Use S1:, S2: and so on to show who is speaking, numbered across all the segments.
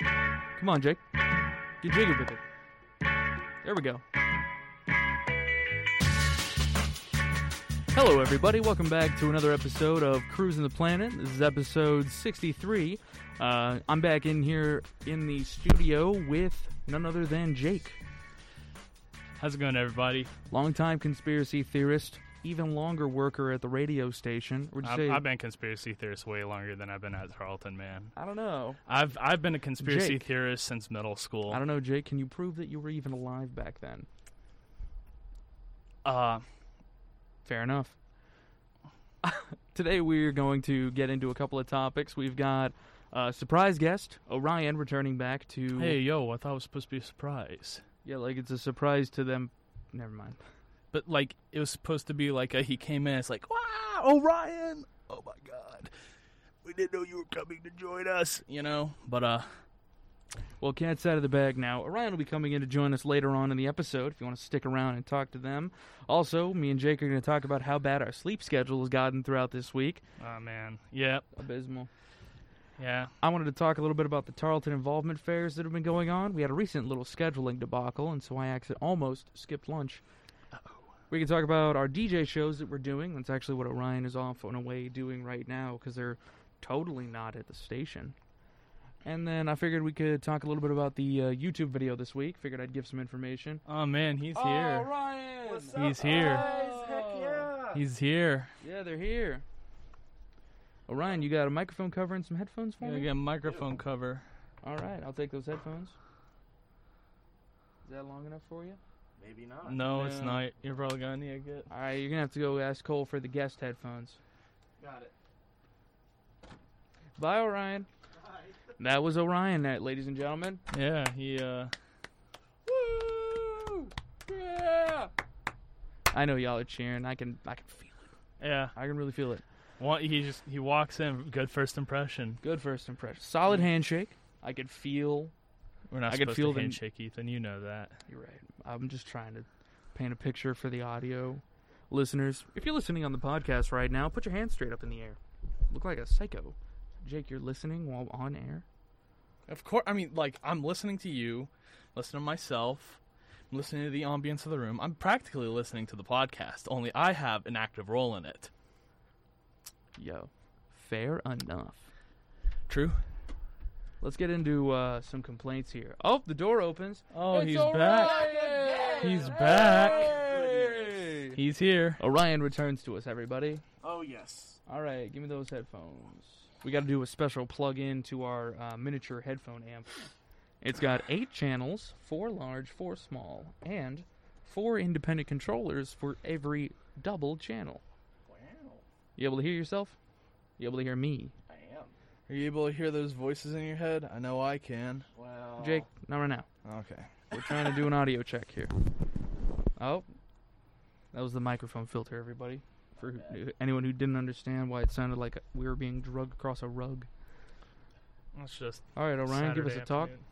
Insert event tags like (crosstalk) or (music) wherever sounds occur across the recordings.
S1: Come on, Jake. Get jiggy with it. There we go. Hello, everybody. Welcome back to another episode of Cruising the Planet. This is episode 63. Uh, I'm back in here in the studio with none other than Jake.
S2: How's it going, everybody?
S1: Longtime conspiracy theorist, even longer worker at the radio station. Would you
S2: I've,
S1: say?
S2: I've been conspiracy theorist way longer than I've been at Tarleton, man.
S1: I don't know.
S2: I've I've been a conspiracy
S1: Jake.
S2: theorist since middle school.
S1: I don't know, Jake. Can you prove that you were even alive back then?
S2: uh,
S1: Fair enough. (laughs) Today we're going to get into a couple of topics. We've got uh, surprise guest Orion returning back to.
S2: hey, yo! I thought it was supposed to be a surprise,
S1: Yeah, like it's a surprise to them. Never mind.
S2: but like it was supposed to be like a, he came in. It's like, wow, Orion! Oh my God, we didn't know you were coming to join us. You know, but uh,
S1: Well, cat's out of the bag now. Orion will be coming in to join us later on in the episode if you want to stick around and talk to them. Also, me and Jake are going to talk about how bad our sleep schedule has gotten throughout this week.
S2: oh man, yeah,
S1: Abysmal.
S2: yeah.
S1: I wanted to talk a little bit about the Tarleton involvement fairs that have been going on. We had a recent little scheduling debacle, and so I actually almost skipped lunch. We can talk about our DJ shows that we're doing. That's actually what Orion is off on away doing right now because they're totally not at the station. And then I figured we could talk a little bit about the uh, YouTube video this week. Figured I'd give some information.
S2: Oh man, he's here.
S1: Orion!
S2: He's here.
S3: Oh.
S2: He's here.
S1: Yeah, they're here. Orion, you got a microphone cover and some headphones for
S2: Gotta
S1: me?
S2: get a microphone cover.
S1: All right, I'll take those headphones. Is that long enough for you?
S3: Maybe not.
S2: No, it's
S1: Yeah.
S2: not. You're probably gonna need to get.
S1: All right, you're gonna have to go ask Cole for the guest headphones.
S3: Got it.
S1: Bye, Orion. That was Orion night, ladies and gentlemen.
S2: Yeah, he uh
S1: Woo! Yeah! I know y'all are cheering. I can, I can feel it.
S2: yeah.
S1: I can really feel it.
S2: Wa- he just he walks in, good first impression.
S1: Good first impression. Solid handshake. I could feel.
S2: We're not
S1: I could
S2: supposed
S1: feel
S2: to
S1: the-
S2: handshake, Ethan, you know that.
S1: You're right. I'm just trying to paint a picture for the audio listeners. If you're listening on the podcast right now, put your hand straight up in the air. Look like a psycho. Jake, you're listening while on air.
S2: Of course I mean like I'm listening to you, listening to myself, I'm listening to the ambience of the room. I'm practically listening to the podcast, only I have an active role in it.
S1: Yo, fair enough.
S2: True?
S1: Let's get into uh, some complaints here. Oh, the door opens.
S2: Oh
S1: It's
S2: he's
S1: Orion!
S2: back. He's back.
S1: Hey!
S2: He's here.
S1: Orion returns to us, everybody.
S3: Oh yes.
S1: All right, give me those headphones. We got to do a special plug in to our uh, miniature headphone amp. It's got eight channels, four large, four small, and four independent controllers for every double channel.
S3: Wow.
S1: You able to hear yourself? You able to hear me?
S3: I am.
S2: Are you able to hear those voices in your head? I know I can.
S3: Well.
S1: Jake, not right now.
S2: Okay.
S1: We're trying to do an audio check here. Oh, that was the microphone filter, everybody. For who- anyone who didn't understand why it sounded like we were being drugged across a rug.
S2: That's just
S1: All right, Orion, give us a
S2: Saturday
S1: talk.
S2: afternoon.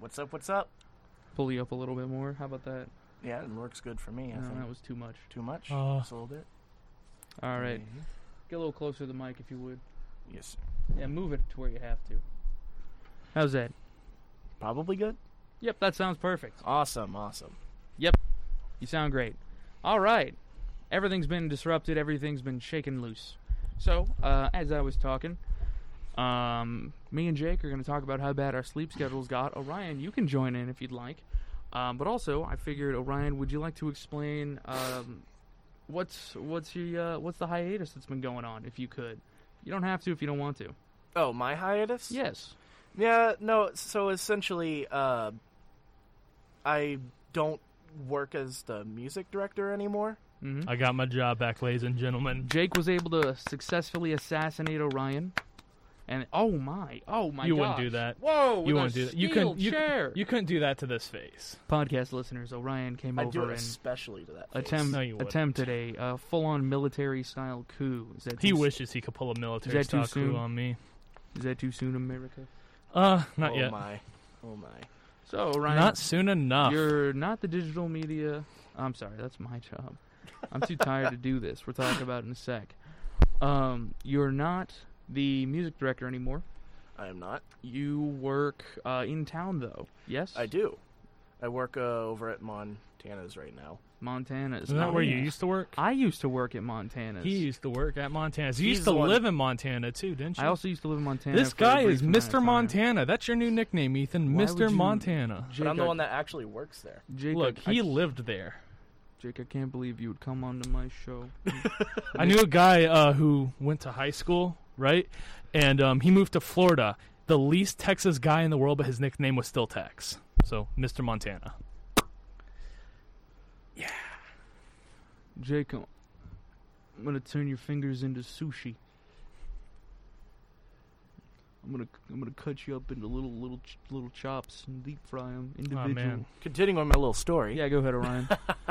S3: What's up? What's up?
S1: Pull you up a little bit more. How about that?
S3: Yeah, it looks good for me. I
S1: No,
S3: think.
S1: that was too much.
S3: Too much.
S2: Uh.
S3: Just a little bit.
S1: All right,
S3: Maybe.
S1: get a little closer to the mic if you would.
S3: Yes.
S1: Yeah, move it to where you have to. How's that?
S3: Probably good.
S1: Yep, that sounds perfect.
S3: Awesome. Awesome.
S1: You sound great. All right. Everything's been disrupted, everything's been shaken loose. So, uh, as I was talking, um, me and Jake are going to talk about how bad our sleep schedules got. Orion, you can join in if you'd like. Um, but also, I figured, Orion, would you like to explain um, what's what's your uh, what's the hiatus that's been going on? If you could, you don't have to if you don't want to.
S3: Oh, my hiatus.
S1: Yes.
S3: Yeah. No. So essentially, uh, I don't work as the music director anymore.
S1: hmm
S2: I got my job back, ladies and gentlemen.
S1: Jake was able to successfully assassinate Orion, and oh my, oh my!
S2: You wouldn't do
S1: gosh.
S2: that.
S1: Whoa! with
S2: you
S1: a
S2: won't do that. You
S1: steel
S2: couldn't. You,
S1: chair.
S2: you couldn't do that to this face.
S1: Podcast listeners, Orion came
S3: I do
S1: over
S3: it
S1: and
S3: especially to that. face.
S1: attempt,
S2: No, you wouldn't.
S1: attempted a uh, full-on military-style coup. Is that
S2: He
S1: too, s-
S2: wishes he could pull a military
S1: Is that too
S2: style coup
S1: soon?
S2: on me.
S1: Is that too soon, America?
S2: Uh, not
S3: oh
S2: yet.
S3: my. Oh my.
S1: So Orion,
S2: not ah. soon enough.
S1: you're not the digital media. I'm sorry, that's my job. I'm too tired to do this. We're talking about it in a sec. Um, you're not the music director anymore.
S3: I am not.
S1: You work uh, in town, though. Yes,
S3: I do. I work uh, over at Montana's right now.
S1: Montana's.
S2: Isn't that where you
S1: Nice.
S2: used to work?
S1: I used to work at Montana's.
S2: He used to work at Montana's. You
S3: He's
S2: used to
S3: the one-
S2: live in Montana too, didn't you?
S1: I also used to live in Montana.
S2: this
S1: for a
S2: guy
S1: brief
S2: is
S1: amount of
S2: Mr.
S1: time.
S2: Montana. That's your new nickname, Ethan.
S1: Why would
S2: Mr.
S1: you-
S2: Montana.
S1: Jake,
S3: But I'm the
S1: I-
S3: one that actually works there.
S1: Jake,
S2: Look,
S1: I,
S2: he
S1: I- (laughs)
S2: lived there.
S1: Jake, I can't believe you would come onto my show. (laughs)
S2: I knew a guy uh, who went to high school, right? And um, he moved to Florida. The least Texas guy in the world, but his nickname was still Tex. So, Mr. Montana.
S1: Jake, I'm gonna turn your fingers into sushi. I'm gonna I'm gonna cut you up into little little ch- little chops and deep fry them individual.
S2: man.
S3: Continuing on my little story.
S1: Yeah, go ahead,
S2: (laughs)
S1: Orion. (laughs)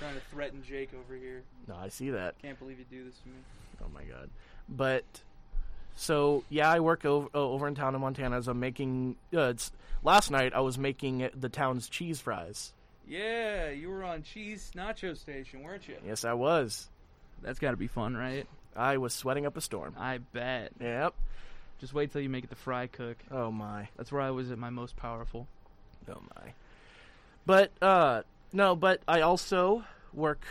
S1: Trying to threaten Jake over here.
S3: No, I see that.
S1: Can't believe you do this to me.
S3: Oh my god. But so yeah, I work over, over in town in Montana. As I'm making, uh, it's, last night I was making it- the town's cheese fries.
S1: Yeah, you were on Cheese Nacho Station, weren't you?
S3: Yes, I was.
S1: That's got to be fun, right?
S3: I was sweating up a storm.
S1: I bet.
S3: Yep.
S1: Just wait till you make it to fry cook.
S3: Oh my.
S1: That's where I was at my most powerful.
S3: Oh my. But uh no, but I also work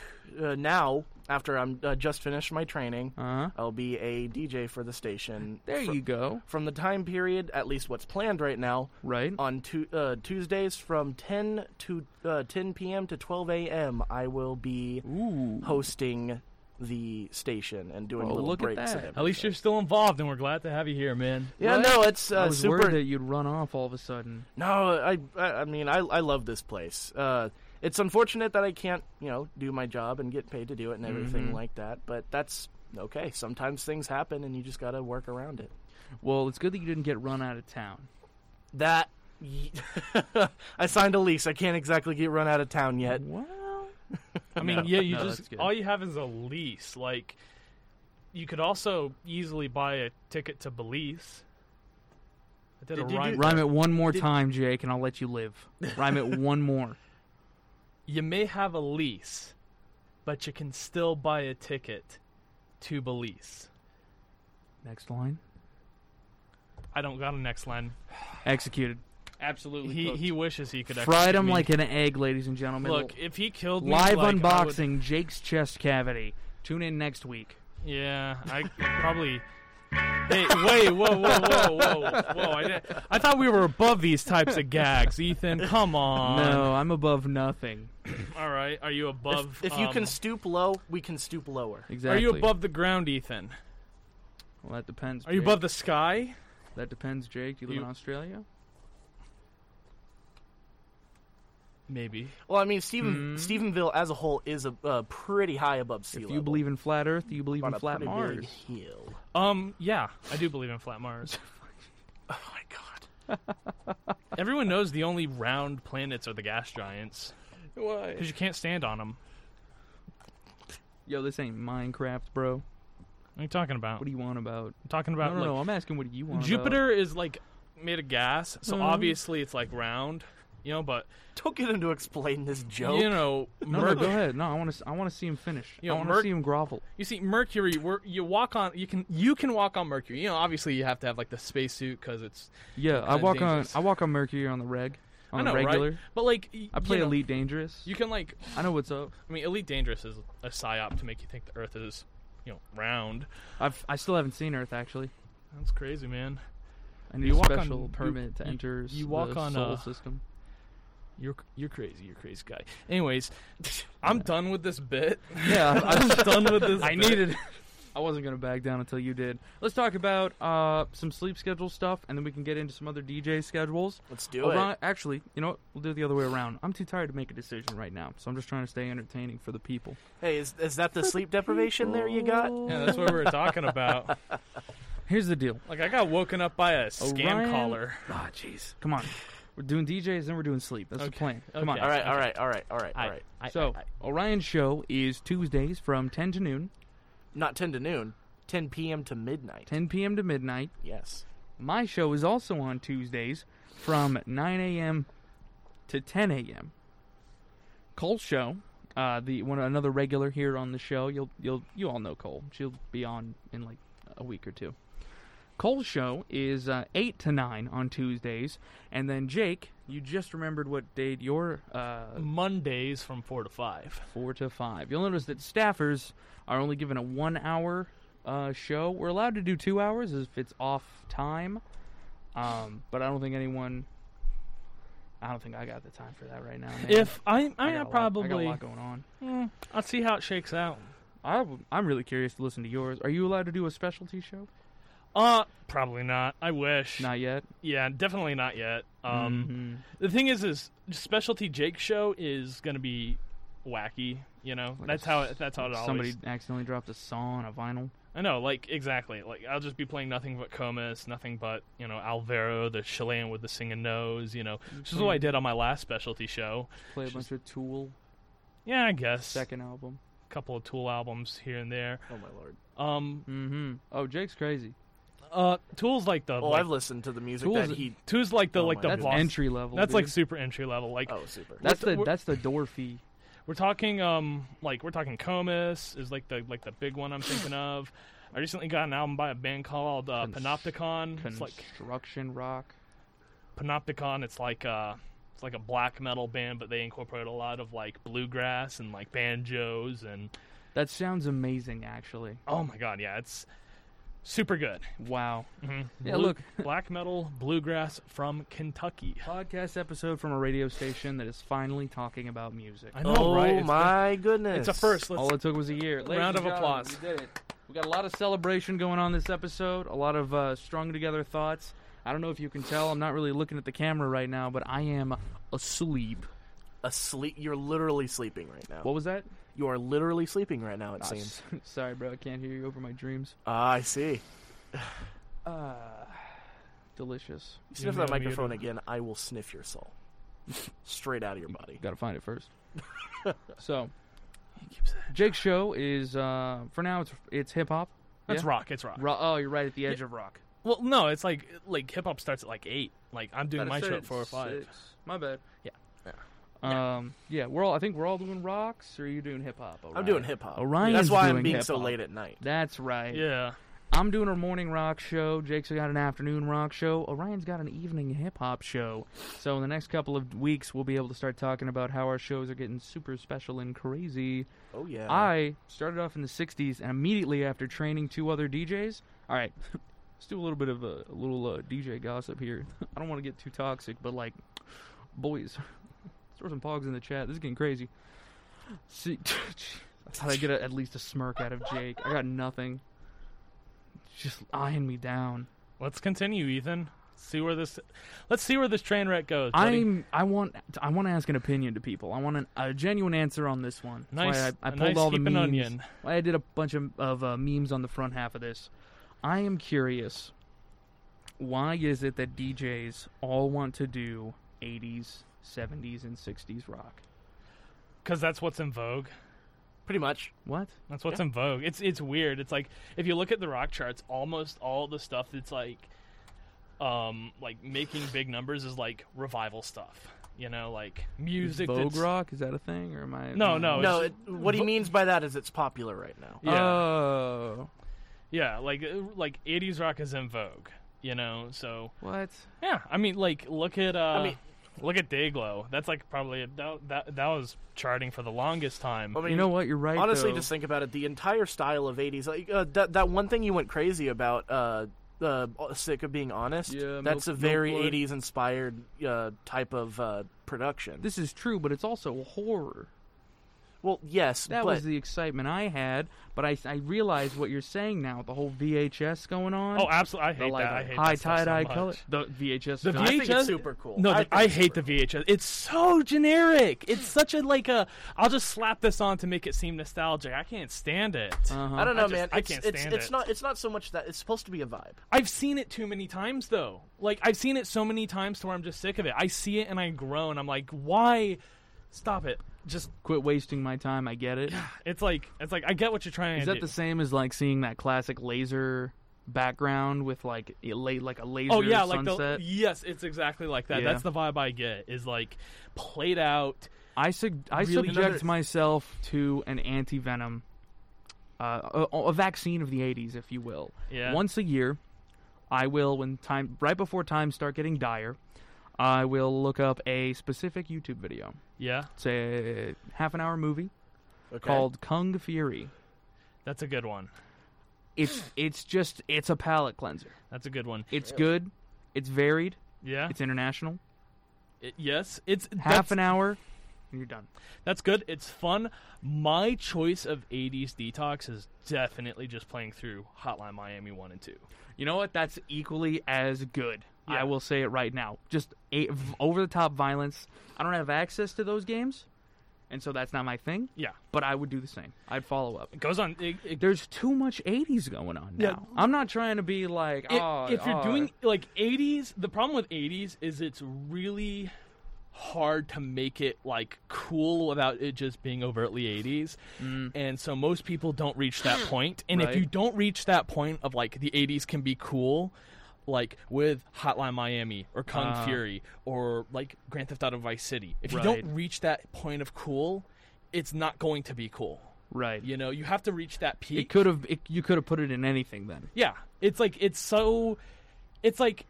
S3: uh, now after I'm uh, just finished my training.
S1: Uh huh.
S3: I'll be a DJ for the station.
S1: There
S3: fr-
S1: you go.
S3: From the time period, at least what's planned right now,
S1: Right.
S3: on tu- uh, Tuesdays from 10 to uh, 10 p.m. to 12 a.m. I will be
S1: Ooh.
S3: hosting the station and doing
S1: Oh,
S3: little
S1: look at
S3: breaks.
S1: that.
S3: And
S2: At least
S3: everything.
S2: you're still involved, and we're glad to have you here, man.
S3: Yeah,
S1: Right?
S3: no, it's uh,
S1: I was
S3: super.
S1: worried that you'd run off all of a sudden.
S3: No, I, I, I mean, I, I love this place. Uh, it's unfortunate that I can't, you know, do my job and get paid to do it and everything
S1: Mhm.
S3: like that. But that's okay. Sometimes things happen, and you just got to work around it.
S1: Well, it's good that you didn't get run out of town.
S3: That (laughs) I signed a lease. I can't exactly get run out of town yet.
S1: Well,
S2: I mean,
S1: No,
S2: (laughs) yeah, you
S1: no, that's
S2: just
S1: good.
S2: all you have is a lease. Like, you could also easily buy a ticket to Belize. I did,
S3: Did
S2: a
S3: you
S2: rhyme.
S3: do-
S1: rhyme it one more
S3: Did-
S1: time, Jake, and I'll let you live. Rhyme it one more.
S2: you may have a lease, but you can still buy a ticket to Belize.
S1: Next line.
S2: I don't got a next line.
S1: Executed. Absolutely.
S2: He
S1: cooked.
S2: he wishes he could.
S1: fried
S2: execute
S1: him
S2: me.
S1: like an egg, ladies and gentlemen.
S2: Look, if he killed me,
S1: live
S2: like, I would-
S1: unboxing Jake's chest cavity. Tune in next week.
S2: yeah, I probably. Hey, wait, whoa, whoa, whoa, whoa, whoa! I, did, I thought we were above these types of gags, Ethan. Come on.
S1: no, I'm above nothing.
S2: All right. Are you above?
S3: If you
S2: um,
S3: can stoop low, we can stoop lower.
S1: Exactly.
S2: Are you above the ground, Ethan?
S1: Well, that depends.
S2: Are you
S1: Jake.
S2: above the sky?
S1: That depends, Jake. Do you live
S2: You-
S1: in Australia?
S2: Maybe.
S3: Well, I mean, Stephen
S1: Hmm.
S3: Stephenville as a whole is a uh, pretty high above sea
S1: If
S3: level.
S1: you believe in flat Earth, you believe
S3: on
S1: in
S3: a
S1: flat
S3: pretty
S1: Mars.
S3: big hill.
S2: Um. Yeah, I do believe in flat Mars. (laughs)
S3: Oh my god.
S2: Everyone knows the only round planets are the gas giants
S1: Why?
S2: because you can't stand on them.
S1: Yo, this ain't Minecraft, bro.
S2: What are you talking about?
S1: What do you want about?
S2: I'm talking
S1: No,
S2: about
S1: no,
S2: like,
S1: no. I'm asking what do you want. about.
S2: Jupiter is like made of gas, so
S1: Mhm.
S2: obviously it's like round, you know. But
S3: Don't get him to explain this joke.
S2: you know,
S1: (laughs) No, no,
S2: Merc-
S1: go ahead. No, I want to. I want to see him finish.
S2: You know,
S1: I want to
S2: Merc-
S1: see him grovel.
S2: you see Mercury. Where you walk on, you can you can walk on Mercury. You know, obviously you have to have like the spacesuit because it's
S1: Yeah, I
S2: kinda
S1: walk
S2: dangerous.
S1: on. I walk on Mercury on the reg, on
S2: I know,
S1: the regular.
S2: right? But like y-
S1: I play
S2: you know,
S1: Elite Dangerous.
S2: You can like
S1: I know what's up.
S2: I mean, Elite Dangerous is a psyop to make you think the Earth is, you know, round.
S1: I've, I still haven't seen Earth actually.
S2: That's crazy, man.
S1: I need
S2: You
S1: a
S2: walk on-
S1: special
S2: you-
S1: permit to
S2: you-
S1: enter s-
S2: you walk
S1: the
S2: on,
S1: Sol
S2: uh, (laughs)
S1: system.
S2: You're you're crazy. You're a crazy guy. Anyways, (laughs) I'm done with this bit.
S1: Yeah, I, (laughs)
S2: I'm done with this.
S1: I
S2: bit.
S1: needed. I wasn't gonna back down until you did. Let's talk about uh, some sleep schedule stuff, and then we can get into some other DJ schedules.
S3: Let's do it.
S1: Ori- actually, you know what? We'll do it the other way around. I'm too tired to make a decision right now, so I'm just trying to stay entertaining for the people.
S3: Hey, is, is that the sleep deprivation there you got?
S2: (laughs) Yeah, that's what we were talking about.
S1: Here's the deal.
S2: Like, I got woken up by a scam
S1: Orion-
S2: caller.
S1: Ah, jeez. Come on. We're doing DJs, then we're doing sleep. That's the
S2: Okay.
S1: plan. Come
S2: Okay.
S1: on.
S3: All right, all right, all right, all right, all right.
S1: So, Orion's show is Tuesdays from 10 to noon,
S3: Not 10 to noon, 10 p.m. to midnight.
S1: 10 p.m. to midnight.
S3: Yes.
S1: My show is also on Tuesdays from 9 a.m. to 10 a.m. Cole's show, uh, the one another regular here on the show. You'll you'll you all know Cole. She'll be on in like a week or two. Cole's show is uh, 8 to 9 on Tuesdays. And then, Jake, you just remembered what date your uh,
S2: Mondays from four to five.
S1: 4 to 5. You'll notice that staffers are only given a one hour uh, show. We're allowed to do two hours if it's off time. Um, but I don't think anyone. I don't think I got the time for that right now. man.
S2: If
S1: I
S2: I, I,
S1: got a lot- I got a
S2: probably,
S1: lot going on.
S2: Mm, I'll see how it shakes out.
S1: I, w- I'm really curious to listen to yours. Are you allowed to do a specialty show?
S2: Uh, probably not. I wish.
S1: Not yet.
S2: Yeah, definitely not yet. Um, the thing is, is specialty Jake show is gonna be wacky. You know,
S1: Like
S2: that's
S1: a
S2: how
S1: s-
S2: it, that's how it always.
S1: somebody accidentally dropped a saw on a vinyl.
S2: I know, like exactly. Like I'll just be playing nothing but Comus, nothing but you know Alvaro, the Chilean with the singing nose. You know, which is what
S1: Mm-hmm.
S2: I did on my last specialty show.
S1: Play a
S2: Just-
S1: bunch of Tool
S2: Yeah, I guess
S1: second album.
S2: a couple of Tool albums here and there.
S3: Oh my lord.
S2: Um,
S1: Mm-hmm. Oh, Jake's crazy.
S2: uh, Tool's like the
S3: Oh,
S2: like,
S3: I've listened to the music
S1: Tools-
S3: that he.
S2: Tool's like the
S3: Oh
S2: like
S3: my
S2: the
S1: That's
S3: God.
S2: boss.
S1: entry level.
S2: that's
S1: dude.
S2: like super entry level. Like
S3: Oh, super.
S1: that's
S2: we're-
S1: the that's the door fee.
S2: We're talking um like we're talking Comus is like the like the
S1: (laughs)
S2: big one I'm thinking of. I recently got an album by a band called uh,
S1: Cons-
S2: Panopticon. It's like
S1: Construction rock.
S2: Panopticon. It's like uh it's like a black metal band, but they incorporate a lot of like bluegrass and like banjos and
S1: That sounds amazing, actually.
S2: oh my god, yeah, it's super good.
S1: Wow.
S2: hmm
S1: Yeah, look.
S2: (laughs) black metal bluegrass from Kentucky.
S1: Podcast episode from a radio station that is finally talking about music.
S2: I know,
S3: Oh
S2: right? It's been-
S3: my goodness.
S2: it's a first. Let's
S1: All it took was a year. Ladies
S2: Round
S1: and
S2: of
S1: gentlemen,
S2: applause.
S1: We did it. We got a lot of celebration going on this episode. A lot of uh, strung together thoughts. I don't know if you can tell. I'm not really looking at the camera right now, but I am asleep.
S3: Asleep. You're literally sleeping right now.
S1: What was that?
S3: you are literally sleeping right now. It seems.
S1: (laughs) Sorry, bro. I can't hear you over my dreams.
S3: Ah, I see.
S1: Uh, delicious.
S3: You sniff
S2: me
S3: that
S2: a meter.
S3: microphone again. I will sniff your soul. (laughs) Straight out of your body.
S1: Got to find it
S2: (laughs)
S1: first. so,
S2: keep saying-
S1: Jake's show is uh, for now. It's it's hip hop.
S2: It's
S1: Yeah.
S2: rock. It's rock.
S1: Ro- oh, you're right at the edge of rock.
S2: Well, no, it's like like hip hop starts at like eight. Like I'm doing my show at four or five.
S1: My bad.
S2: Yeah.
S1: Um. Yeah. We're all. I think we're all doing rocks. Or are you doing hip hop?
S3: I'm doing hip hop.
S1: Orion's
S3: That's why I'm
S1: doing
S3: being so
S1: hip-hop.
S3: late at night.
S1: That's right.
S2: Yeah.
S1: I'm doing a morning rock show. Jake's got an afternoon rock show. Orion's got an evening hip hop show. So in the next couple of weeks, we'll be able to start talking about how our shows are getting super special and crazy.
S3: Oh yeah.
S1: I started off in the '60s, and immediately after training two other DJs. All right, (laughs) let's do a little bit of a, a little uh, DJ gossip here. (laughs) I don't want to get too toxic, but like, boys, (laughs) throw some pogs in the chat. This is getting crazy. See, (laughs) I thought I'd get a, at least a smirk out of Jake. I got nothing. Just eyeing me down.
S2: Let's continue, Ethan. See where this. Let's see where this train wreck goes. buddy.
S1: I'm. I want. I want to ask an opinion to people. I want an, a genuine answer on this one. That's why
S2: nice.
S1: I, I
S2: a
S1: pulled
S2: nice
S1: all the
S2: heaping
S1: memes.
S2: onion.
S1: I did a bunch of, of uh, memes on the front half of this. I am curious. Why is it that DJs all want to do 80s, 70s, and 60s rock?
S2: because that's what's in vogue.
S3: pretty much.
S1: What?
S2: That's what's in vogue. It's it's weird. It's like if you look at the rock charts, almost all the stuff that's like, um, like making big numbers is like revival stuff. You know, like music.
S1: Vogue
S2: that's,
S1: rock? Is that a thing? Or am I?
S2: No, no,
S3: No, it,
S2: it's-
S3: what he means by that is it's popular right now.
S2: Yeah,
S1: Oh,
S2: yeah. Like uh, like eighties rock is in vogue. You know, so
S1: what?
S2: yeah. I mean, like look at uh, I
S3: mean-
S2: look at Dayglow. That's like probably that that, that was charting for the longest time.
S3: I mean,
S1: you know what? You're right.
S3: honestly,
S1: though.
S3: just think about it. The entire style of '80s, like uh, that, that one thing you went crazy about, uh, uh, sick of being honest.
S1: Yeah,
S3: that's
S1: Milk-
S3: a very
S1: Milk Blood.
S3: '80s inspired uh, type of uh, production.
S1: this is true, but it's also horror.
S3: well, yes,
S1: That
S3: but
S1: was the excitement I had, but I, I realize what you're saying now. with The whole VHS going on.
S2: Oh, absolutely! I
S1: the
S2: hate
S1: like
S2: that. I hate
S1: high
S2: that stuff
S1: tie
S2: so
S1: dye
S2: much.
S1: color. The VHS.
S2: The
S1: film.
S3: I think it's
S2: VHS
S3: super cool.
S2: No,
S3: I
S2: the-
S3: think
S2: I,
S3: it's
S2: hate
S3: super
S2: the VHS. It's so generic. It's such a like a. I'll just slap this on to make it seem nostalgic. I can't stand it.
S1: Uh-huh.
S3: I don't
S2: I
S3: know,
S2: just-
S3: man.
S2: I
S3: it's,
S2: can't
S3: it's,
S2: stand
S3: it's
S2: it.
S3: not. It's not so much that it's supposed to be a vibe.
S2: I've seen it too many times though. Like I've seen it so many times to where I'm just sick of it. I see it and I groan. I'm like, why? Stop it. Just
S1: Quit wasting my time. I get it.
S2: it's like it's like I get what you're trying
S1: Is
S2: to
S1: that
S2: do.
S1: the same as like seeing that classic laser background with like a la- like a laser
S2: Oh yeah, like
S1: sunset?
S2: the yes, it's exactly like that.
S1: Yeah.
S2: That's the vibe I get. Is like played out.
S1: I sug- I
S2: Really?
S1: subject
S2: Another-
S1: myself to an anti venom, uh, a, a vaccine of the '80s, if you will.
S2: Yeah.
S1: Once a year, I will when time right before times start getting dire. I will look up a specific YouTube video.
S2: Yeah,
S1: It's a half an hour movie
S3: Okay.
S1: called Kung Fury.
S2: that's a good one.
S1: (gasps) It's it's just it's a palate cleanser.
S2: That's a good one.
S1: It's good. It's varied.
S2: Yeah.
S1: It's international.
S2: It- yes, it's
S1: Half
S2: that's,
S1: an hour, and you're done.
S2: that's good. It's fun. My choice of 80s detox is definitely just playing through Hotline Miami 1 and 2.
S1: You know what? That's equally as good.
S2: Yeah.
S1: I will say it right now. Just a, v- over the top violence. I don't have access to those games, and so that's not my thing.
S2: Yeah.
S1: But I would do the same. I'd follow up.
S2: It goes on it, it
S1: There's too much '80s going on now.
S2: Yeah.
S1: I'm not trying to be like,
S2: It-
S1: oh,
S2: if you're
S1: oh."
S2: doing like 80s, the problem with 80s is it's really hard to make it like cool without it just being overtly 80s. And so most people don't reach that point. And if
S1: Mm. Right.
S2: you don't reach that point of like the 80s can be cool, like with Hotline Miami or Kung
S1: Ah.
S2: Fury or like Grand Theft Auto Vice City, if you
S1: Right.
S2: don't reach that point of cool, it's not going to be cool.
S1: right,
S2: You know, you have to reach that peak.
S1: it could have. It, you could have put it in anything then.
S2: Yeah, it's like it's so, it's like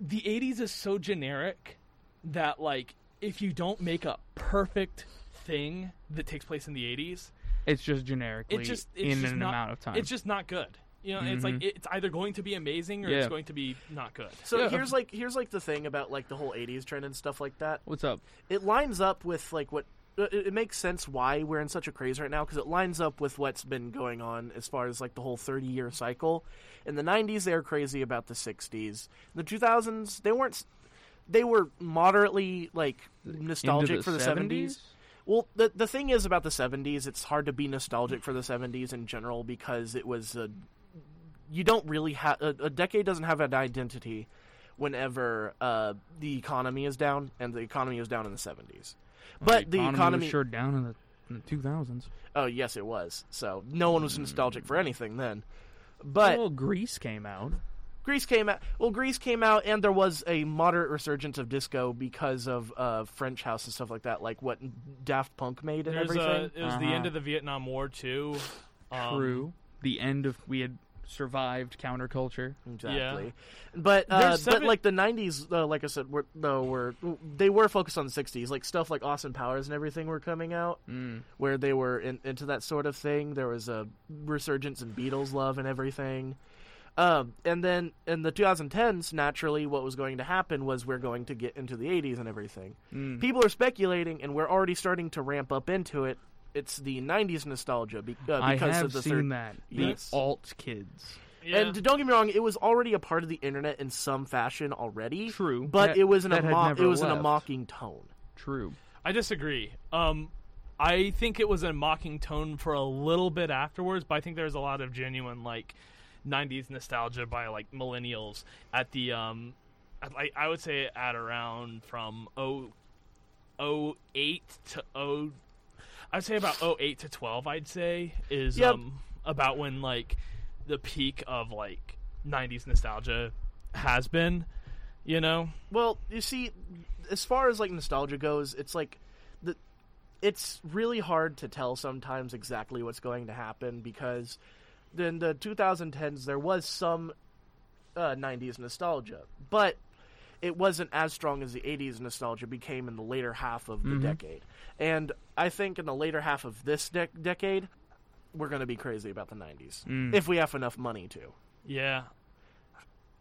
S2: the '80s is so generic that like if you don't make a perfect thing that takes place in the '80s,
S1: It's just generically
S2: it just it's
S1: in
S2: just
S1: an
S2: not,
S1: amount of time. Mm-hmm.
S2: It's just not good. You know, it's like it's either going to be amazing or it's
S1: Yeah.
S2: going to be not good.
S3: So
S1: Yeah.
S3: here's like here's like the thing about like the whole '80s trend and stuff like that.
S1: What's up?
S3: It lines up with like what uh, it, it makes sense why we're in such a craze right now because it lines up with what's been going on as far as like the whole 30 year cycle. In the '90s, they were crazy about the '60s. In the 2000s, they weren't. s- They were moderately like nostalgic
S1: Into
S3: for the 70s. Well, the the thing is about the 70s, it's hard to be nostalgic for the 70s in general because it was a you don't really have a, a decade doesn't have an identity whenever uh, the economy is down and the economy was down in the 70s. But the
S1: was
S3: economy,
S1: sure down in the, in the 2000s.
S3: oh yes, it was. So no one was nostalgic for anything then. But
S1: well, Greece came out.
S3: Greece came out. Well, Greece came out, and there was a moderate resurgence of disco because of uh, French house and stuff like that, like what Daft Punk made and
S2: There's a,
S3: everything.
S2: it was the
S1: Uh-huh.
S2: end of the Vietnam War too. Um,
S1: True. The end of we had survived counterculture.
S3: Exactly. But uh,
S2: There's
S3: but
S2: seven-
S3: like the '90s, uh, like I said, were, though were they were focused on the '60s, like stuff like Austin Powers and everything were coming out,
S1: Mm.
S3: where they were in, into that sort of thing. There was a resurgence in Beatles love and everything. Um, and then in the 2010s, naturally, what was going to happen was we're going to get into the 80s and everything.
S1: Mm.
S3: People are speculating, and we're already starting to ramp up into it. It's the 90s nostalgia be- uh,
S1: I
S3: because
S1: have
S3: of the
S1: seen
S3: third-
S1: that.
S3: Yes.
S1: The alt kids.
S2: Yeah.
S3: and don't get me wrong, it was already a part of the internet in some fashion already.
S1: True.
S3: but
S1: That-
S3: it was in a
S1: that had
S3: mo-
S1: never
S3: it was in a
S1: left.
S3: mocking tone.
S1: True.
S2: I disagree. Um, I think it was a mocking tone for a little bit afterwards, but I think there's a lot of genuine like '90s nostalgia by like millennials at the um, at, like I would say at around from oh oh eight to oh, I'd say about oh eight to twelve. I'd say is
S3: Yep.
S2: um about when like the peak of like '90s nostalgia has been, you know.
S3: Well, you see, as far as like nostalgia goes, it's like the it's really hard to tell sometimes exactly what's going to happen because in the 2010s there was some uh, 90s nostalgia, but it wasn't as strong as the 80s nostalgia became in the later half of the decade. And I think in the later half of this dec decade, we're going to be crazy about the 90s if we have enough money to.
S2: Yeah,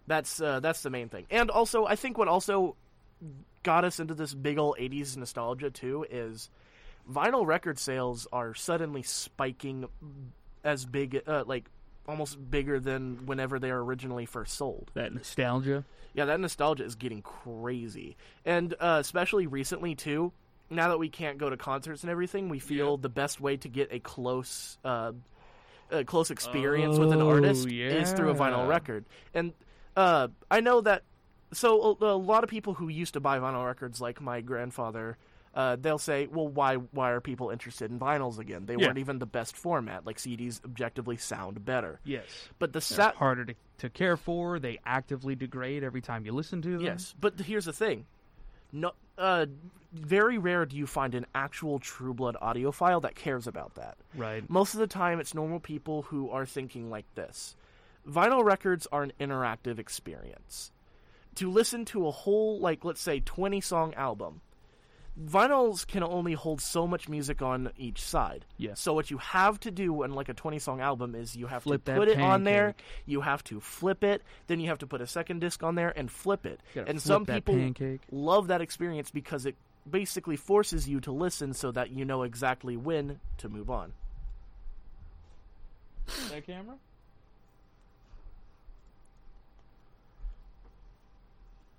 S3: That's uh, that's the main thing. And also, I think what also got us into this big old '80s nostalgia too is vinyl record sales are suddenly spiking as big, uh, like almost bigger than whenever they were originally first sold.
S1: That nostalgia.
S3: Yeah, that nostalgia is getting crazy, and uh, especially recently too. Now that we can't go to concerts and everything, we feel the best way to get a close, uh, a close experience with an
S1: Oh,
S3: artist is through a
S1: yeah.
S3: vinyl record. And uh, I know that. So a, a lot of people who used to buy vinyl records, like my grandfather. Uh, they'll say, "Well, why? Why are people interested in vinyls again? They
S1: Yeah.
S3: weren't even the best format. Like CDs, objectively sound better,
S1: Yes.
S3: but the
S1: They're
S3: sa-
S1: harder to, to care for. They actively degrade every time you listen to them.
S3: Yes, but th- here's the thing. No, uh, very rare do you find an actual True Blood audiophile that cares about that.
S1: Right.
S3: Most of the time, it's normal people who are thinking like this. vinyl records are an interactive experience. To listen to a whole, like, let's say, 20 song album, vinyls can only hold so much music on each side.
S1: Yeah.
S3: So what you have to do in like a 20 song album is you have
S1: Flip
S3: to
S1: that
S3: put it on there,
S1: pancake.
S3: you have to flip it, then you have to put a second disc on there and flip it.
S1: Gotta
S3: And
S1: flip
S3: some
S1: that
S3: people
S1: pancake.
S3: love that experience because it basically forces you to listen so that you know exactly when to move on.
S1: That camera?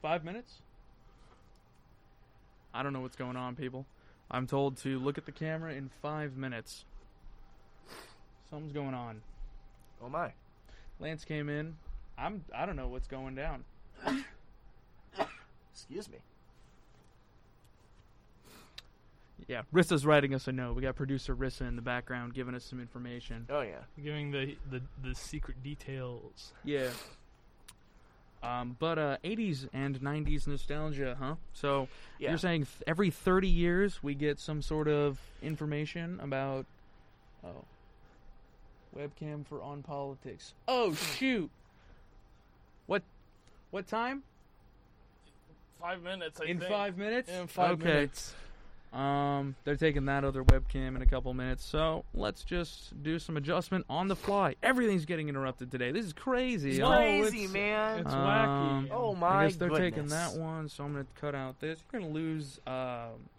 S1: Five minutes? I don't know what's going on, people. I'm told to look at the camera in five minutes. Something's going on.
S3: Oh my.
S1: Lance came in. I'm I don't know what's going down.
S3: Excuse me.
S1: Yeah, Rissa's writing us a note. We got producer Rissa in the background giving us some information.
S3: Oh yeah.
S2: Giving the, the the secret details.
S1: Yeah. Um, but uh, 80s and 90s nostalgia, huh? So
S3: Yeah.
S1: you're saying th- every 30 years we get some sort of information about. Oh. Webcam for on politics. Oh shoot. What? What time?
S2: Five minutes. I
S1: In
S2: think.
S1: five minutes.
S2: In five
S1: okay.
S2: minutes.
S1: Um, they're taking that other webcam in a couple minutes, so let's just do some adjustment on the fly. Everything's getting interrupted today. This is crazy.
S3: It's
S1: huh?
S3: crazy,
S2: it's-
S3: man.
S2: It's
S1: Um,
S2: wacky.
S3: oh my
S1: I guess they're taking
S3: goodness.
S1: that one, so I'm going to cut out this. You're going to lose um,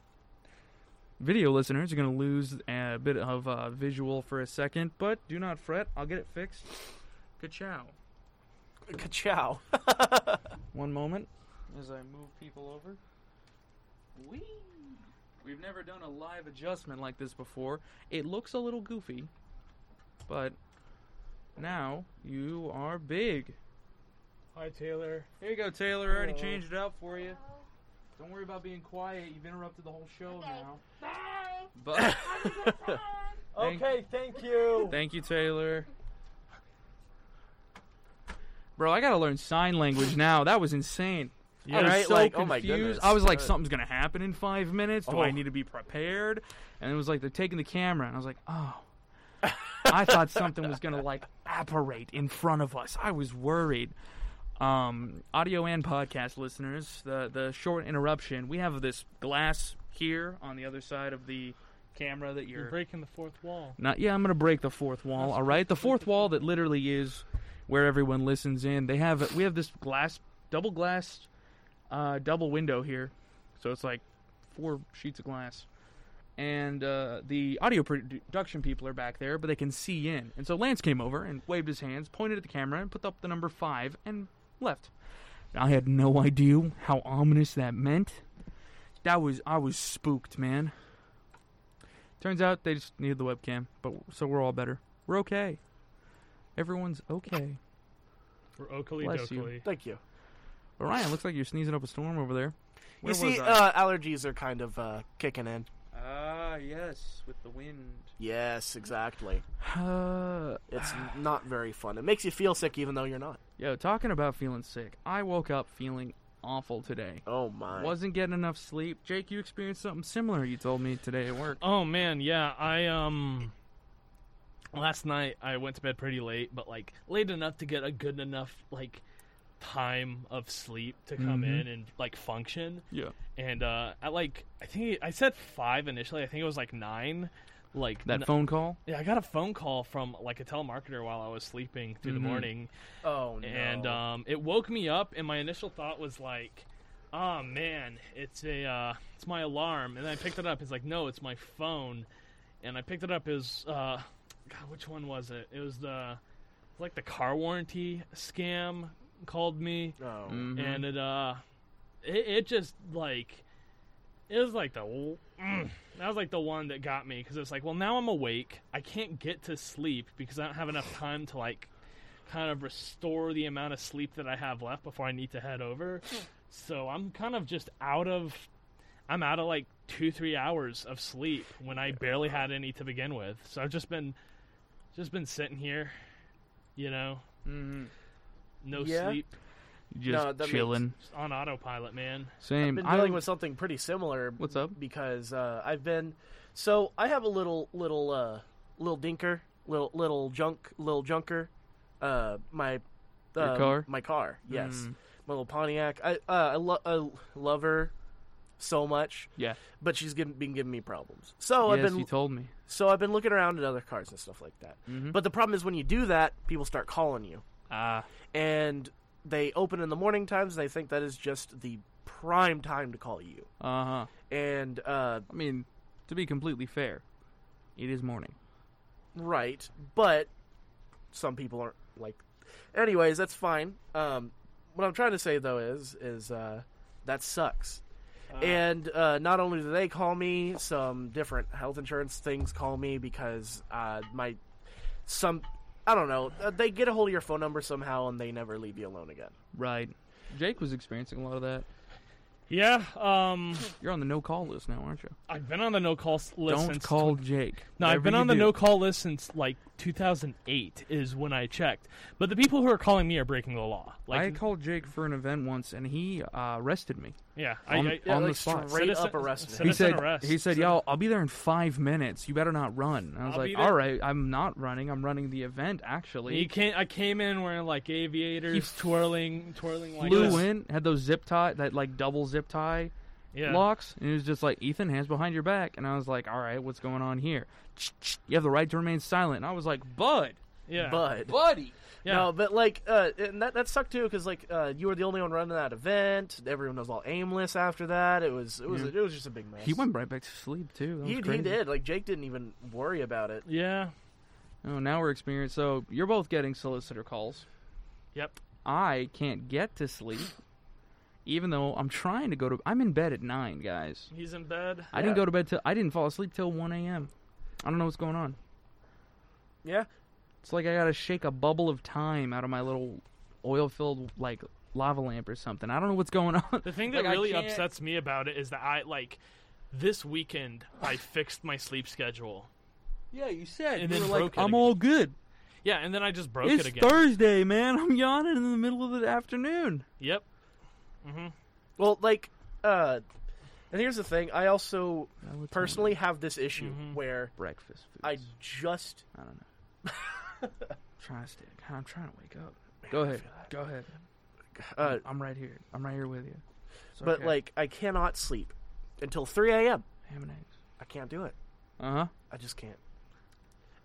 S1: video listeners. You're going to lose a bit of uh, visual for a second, but do not fret. I'll get it fixed. Ka-chow.
S3: (laughs) Ka-chow.
S1: One moment. As I move people over. Whee! We've never done a live adjustment like this before. It looks a little goofy, but now you are big.
S2: Hi Taylor.
S1: Here you go, Taylor. I already
S2: Hello.
S1: changed it up for you. Don't worry about being quiet. You've interrupted the whole show now. (coughs) But Thank-
S2: Okay, thank you.
S1: thank you, Taylor. Bro, I gotta learn sign language now. That was insane. I was
S3: Right?
S1: so
S3: Like, oh
S1: confused.
S3: my goodness.
S1: I was like,
S3: Good.
S1: something's gonna happen in five minutes. Do I
S3: Oh.
S1: need to be prepared? And it was like they're taking the camera, and I was like, oh. I thought something was gonna like apparate in front of us. I was worried. Um, audio and podcast listeners, the the short interruption. We have this glass here on the other side of the camera that
S2: You're
S1: you're
S2: breaking the fourth wall.
S1: not yeah, I'm gonna break the fourth wall. all right, the fourth wall that literally is where everyone listens in. They have we have this glass, double glass, uh, double window here, so it's like four sheets of glass. And uh, the audio production people are back there, but they can see in. And so Lance came over and waved his hands, pointed at the camera, and put up the number five and left. I had no idea how ominous that meant. That was I was spooked, man. Turns out they just needed the webcam, but so we're all better. We're okay. Everyone's okay.
S2: We're Oakley
S1: Bless you.
S2: Dokley.
S3: Thank you.
S1: But Ryan, looks like you're sneezing up a storm over there. Where
S3: you see,
S1: was I?
S3: uh, allergies are kind of uh, kicking in.
S1: Ah, yes, with the wind.
S3: Yes, exactly.
S1: Uh,
S3: It's not very fun. It makes you feel sick even though you're not.
S1: (sighs) yo, talking about feeling sick. I woke up feeling awful today.
S3: Oh my.
S1: Wasn't getting enough sleep. Jake, you experienced something similar. You told me today at
S3: Uh,
S1: work.
S2: Oh man, yeah. I um last night I went to bed pretty late, but like late enough to get a good enough like time of sleep to come
S1: Mhm.
S2: in and like function.
S1: Yeah,
S2: And uh I like I think I said 5 initially. I think it was like 9. Like
S1: that
S2: n-
S1: phone call.
S2: yeah, I got a phone call from like a telemarketer while I was sleeping through
S1: Mhm.
S2: the morning
S3: Oh no.
S2: and
S1: uh,
S2: um, it woke me up and my initial thought was like oh man it's a uh, it's my alarm and then i picked it up it's like no it's my phone and i picked it up as uh, god which one was it it was the like the car warranty scam called me
S3: oh.
S1: Mhm.
S2: and it uh it, it just like it was like the (clears throat) mm, that was like the one that got me because it's like well now i'm awake i can't get to sleep because i don't have enough time to like kind of restore the amount of sleep that i have left before i need to head over so i'm kind of just out of i'm out of like two three hours of sleep when i barely had any to begin with so i've just been just been sitting here you know
S1: Mhm.
S2: no
S3: Yeah.
S2: sleep
S1: Just
S3: No, that makes-
S1: chilling.
S2: just on autopilot man
S1: Same.
S3: I've been
S1: I-
S3: dealing with something pretty similar.
S1: What's up?
S3: Because uh, I've been so I have a little little uh, little dinker, little little junk, little junker. uh, my
S1: Your
S3: um,
S1: car?
S3: My car, yes,
S1: Mm.
S3: my little Pontiac. I uh, I, lo- I love her so much,
S1: Yeah.
S3: but she's given, been giving me problems. So
S1: yes,
S3: Oh, I've
S1: you
S3: been
S1: told me.
S3: so I've been looking around at other cars and stuff like that.
S1: Mhm.
S3: But the problem is when you do that, people start calling you,
S1: Ah,
S3: and they open in the morning times. And they think that is just the prime time to call you.
S1: uh huh.
S3: And uh,
S1: I mean, to be completely fair, it is morning.
S3: Right, but some people aren't like. Anyways, that's fine. Um, what I'm trying to say though is is uh, that sucks. and uh, not only do they call me, some different health insurance things call me because uh, my some I don't know. uh, They get a hold of your phone number somehow, and they never leave you alone again.
S1: Right. Jake was experiencing a lot of that.
S2: Yeah, um,
S1: You're on the no call list now, aren't you?
S2: I've been on the no call s- list.
S1: Don't
S2: since
S1: call
S2: tw-
S1: Jake.
S2: no,
S1: Whatever
S2: I've been
S1: you
S2: on the
S1: do.
S2: no call list since like 2008 is when I checked. But the people who are calling me are breaking the law. Like,
S1: I called Jake for an event once, and he uh, arrested me.
S2: yeah,
S1: on-
S2: I, I,
S1: on-
S2: I,
S1: the
S3: like,
S1: spot.
S3: straight
S2: Citizen-
S3: up arrest me.
S1: He
S2: Citizen-
S1: said,
S2: arrest.
S1: "He said, y'all, I'll be there in five minutes. You better not run." And I was
S2: I'll be
S1: like,
S2: there-
S1: "All right, I'm not running. I'm running the event. Actually,
S2: he came, I came in wearing like aviators, twirling, twirling like
S1: flew
S2: this.
S1: in, had those zip tie, that like double zip tie
S2: Yeah.
S1: locks, and it was just like Ethan, hands behind your back." And I was like, "All right, what's going on here? You have the right to remain silent." And I was like, "Bud,
S3: (laughs)
S2: yeah,
S3: But
S1: buddy,
S2: yeah.
S3: No, but like, uh, and that that sucked too because like uh, you were the only one running that event. Everyone was all aimless after that. It was it was it was just a big mess.
S1: he went right back to sleep too." That
S3: He,
S1: was
S3: he
S1: crazy.
S3: did. Like Jake didn't even worry about it.
S2: yeah,
S1: Oh, now we're experienced. So you're both getting solicitor calls.
S2: Yep.
S1: I can't get to sleep, even though I'm trying to go to. I'm in bed at nine, guys.
S2: he's in bed.
S1: I didn't
S3: Yeah.
S1: go to bed till I didn't fall asleep till one a.m. I don't know what's going on.
S3: Yeah.
S1: It's like I gotta shake a bubble of time out of my little oil-filled like lava lamp or something. I don't know what's going on. (laughs)
S2: The thing
S1: Like,
S2: that
S1: I
S2: really
S1: can't-
S2: upsets me about it is that I like this weekend I fixed my sleep schedule.
S1: Yeah, you said
S2: And
S1: you
S2: then
S1: were like,
S2: broke it
S1: I'm
S2: again.
S1: all good.
S2: Yeah, and then I just broke
S1: it's
S2: it again.
S1: Thursday, man. I'm yawning in the middle of the afternoon.
S2: Yep.
S3: Well, like, uh, and here's the thing. I also
S1: Now it's
S3: personally have this issue
S1: Mm-hmm.
S3: where
S1: breakfast. Foods.
S3: I just
S1: I don't know. trying to stay. I'm trying to wake up. Go ahead. Go ahead.
S3: uh,
S1: I'm right here. I'm right here with you. It's
S3: but
S1: okay.
S3: like I cannot sleep until 3 a.m.
S1: ham and eggs.
S3: I can't do it.
S1: Uh huh.
S3: I just can't.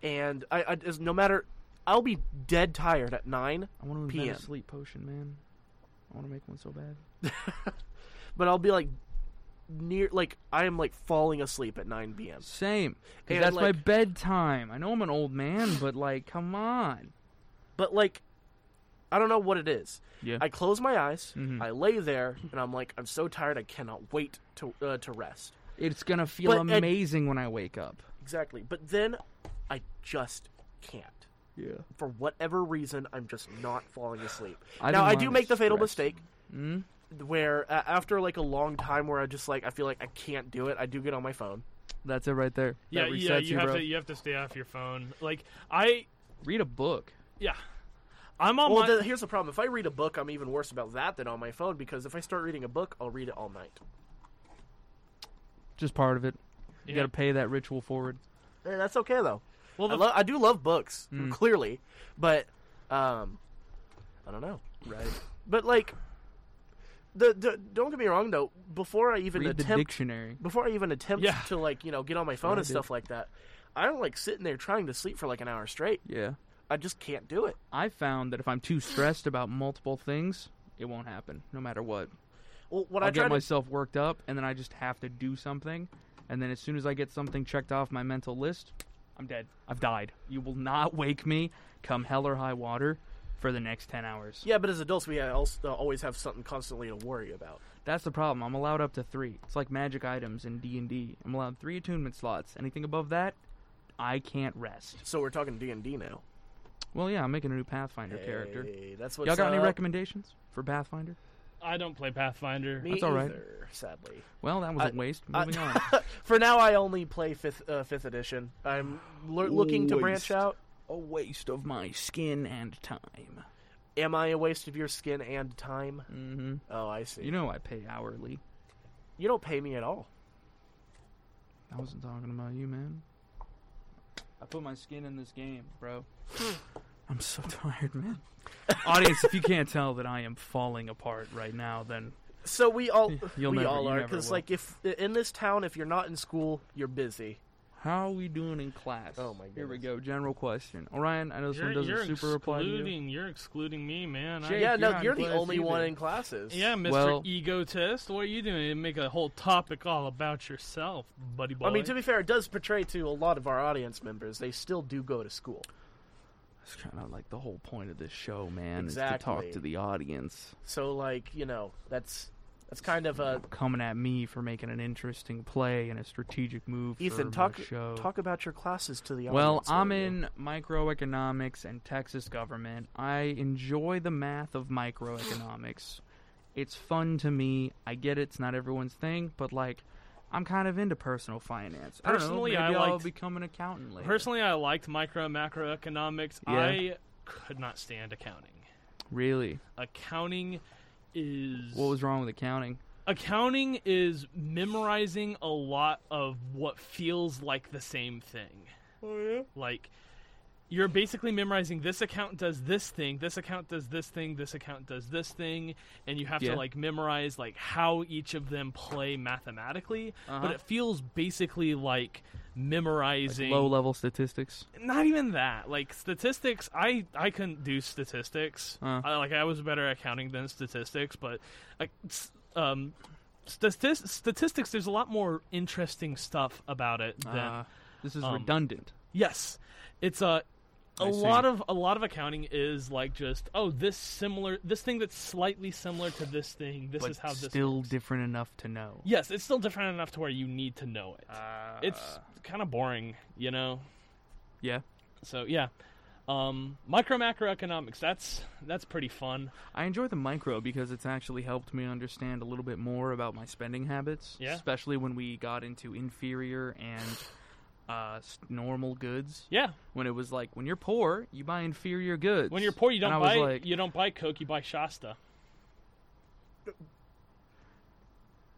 S3: And I, I just no matter. I'll be dead tired at nine,
S1: I want to invent
S3: PM.
S1: a sleep potion, man. I want to make one so bad.
S3: but I'll be like near like I am like falling asleep at 9 p.m.
S1: Same. 'Cause
S3: And,
S1: that's my
S3: like-
S1: bedtime. I know I'm an old man, but like, come on.
S3: But like, I don't know what it is.
S1: Yeah.
S3: I close my eyes,
S1: Mhm.
S3: I lay there, and I'm like, I'm so tired, I cannot wait to uh, to rest.
S1: it's gonna feel
S3: But, and-
S1: amazing when I wake up.
S3: Exactly. But then I just can't.
S1: Yeah.
S3: For whatever reason, I'm just not falling asleep.
S1: I
S3: now
S1: don't
S3: I
S1: mind
S3: do make the fatal
S1: stress.
S3: mistake
S1: Mm?
S3: where uh, after like a long time where I just like I feel like I can't do it, I do get on my phone.
S1: That's it right there.
S2: Yeah,
S1: that resets
S2: yeah, you,
S1: you,
S2: have
S1: bro.
S2: to you have to stay off your phone. Like I
S1: Read a book.
S2: yeah. I'm on
S3: well,
S2: my
S3: the, here's the problem: if I read a book, I'm even worse about that than on my phone because if I start reading a book, I'll read it all night.
S1: Just part of it. You
S2: Yeah.
S1: gotta pay that ritual forward.
S3: Eh, that's okay though.
S2: (laughs) Well,
S3: I,
S2: the-
S3: lo- I do love books, clearly, but um, I don't know.
S1: Right.
S3: But like, the, the don't get me wrong though. Before I even
S1: Read the
S3: attempt
S1: dictionary.
S3: before I even attempt
S2: Yeah.
S3: to like you know get on my
S1: I
S3: phone and
S1: did.
S3: stuff like that, I'm like sitting there trying to sleep for like an hour straight.
S1: Yeah.
S3: I just can't do it.
S1: I found that if I'm too stressed about multiple things, it won't happen, no matter what.
S3: Well, what
S1: I'll
S3: I try
S1: get
S3: to
S1: myself worked up, and then I just have to do something. And then as soon as I get something checked off my mental list, I'm dead. I've died. You will not (laughs) wake me, come hell or high water, for the next 10 hours.
S3: yeah, but as adults we also uh, always have something constantly to worry about.
S1: That's the problem. I'm allowed up to three. It's like magic items in D&D. I'm allowed three attunement slots. Anything above that, I can't rest.
S3: So we're talking D and D now.
S1: Well, yeah, I'm making a new Pathfinder character.
S3: Hey, that's what
S1: Y'all got any recommendations for Pathfinder?
S2: I don't play Pathfinder.
S3: Me
S1: That's all right.
S3: either, sadly.
S1: Well, that was a
S3: I-
S1: waste.
S3: I-
S1: Moving
S3: (laughs)
S1: on.
S3: For now, I only play fifth uh, fifth edition. I'm l- looking to
S1: Waste.
S3: branch out.
S1: a waste of my skin and time.
S3: Am I a waste of your skin and time?
S1: Mm-hmm.
S3: Oh, I see.
S1: You know I pay hourly.
S3: you don't pay me at all.
S1: I wasn't talking about you, man. I put my skin in this game, bro. (sighs) I'm so tired, man. (laughs) Audience, if you can't tell that I am falling apart right now, then
S3: So we all
S1: (laughs) You'll
S3: we
S1: never-
S3: all
S1: you
S3: are
S1: never
S3: because
S1: will.
S3: like if in this town, if you're not in school, you're busy.
S1: how are we doing in class?
S3: Oh my
S1: Here we
S3: goodness.
S1: go. General question. Orion, I know this
S2: You're,
S1: one doesn't
S2: you're
S1: super apply to you.
S2: excluding. You're excluding me, man. I-
S1: Jake,
S3: yeah, no,
S1: not in
S3: you're the
S1: class
S3: only one
S1: either.
S3: in classes.
S2: yeah, Mr.
S1: Well-
S2: Egotist. What are you doing? You make a whole topic all about yourself, buddy boy.
S3: I mean, to be fair, it does portray to a lot of our audience members they still do go to school.
S1: That's kind of like the whole point of this show, man. Is to
S3: Exactly.
S1: talk to the audience.
S3: So like you know that's that's kind of a
S1: Coming at me for making an interesting play and a strategic move.
S3: Ethan
S1: for
S3: talk
S1: my show.
S3: talk about your classes to the
S1: Well,
S3: audience.
S1: I'm
S3: will you?
S1: in microeconomics and Texas government. I enjoy the math of microeconomics. It's fun to me. I get it, it's not everyone's thing, but like I'm kind of into personal finance.
S2: Personally,
S1: I
S2: I
S1: don't know, maybe will
S2: liked-
S1: become an accountant later.
S2: Personally, I liked micro and macroeconomics.
S1: Yeah.
S2: I could not stand accounting.
S1: really?
S2: Accounting is
S1: What was wrong with accounting?
S2: accounting is memorizing a lot of what feels like the same thing.
S1: Oh,
S2: Like you're basically memorizing this account does this thing, this account does this thing, this account does this thing, and you have
S1: Yeah.
S2: to like memorize like how each of them play mathematically.
S1: Uh-huh.
S2: But it feels basically like memorizing
S1: Low level statistics.
S2: not even that like statistics i i couldn't do statistics
S1: Uh.
S2: I, like i was better at counting than statistics but like s- um statis- statistics there's a lot more interesting stuff about it than
S1: Uh, this is
S2: um,
S1: redundant.
S2: yes it's a a
S1: I see.
S2: lot of a lot of accounting is like just oh this similar this thing that's slightly similar to this thing this
S1: But
S2: is how this
S1: still
S2: works.
S1: different enough to know.
S2: yes it's still different enough to where you need to know it
S1: Uh,
S2: it's kind of boring you know
S1: yeah.
S2: So yeah, um, micro macroeconomics. That's that's pretty fun.
S1: I enjoy the micro because it's actually helped me understand a little bit more about my spending habits,
S2: Yeah.
S1: especially when we got into inferior and uh, s- normal goods.
S2: Yeah,
S1: When it was like, when you're poor, you buy inferior goods.
S2: when you're poor, you
S1: And
S2: don't
S1: I
S2: buy
S1: was like,
S2: you don't buy Coke, you buy Shasta.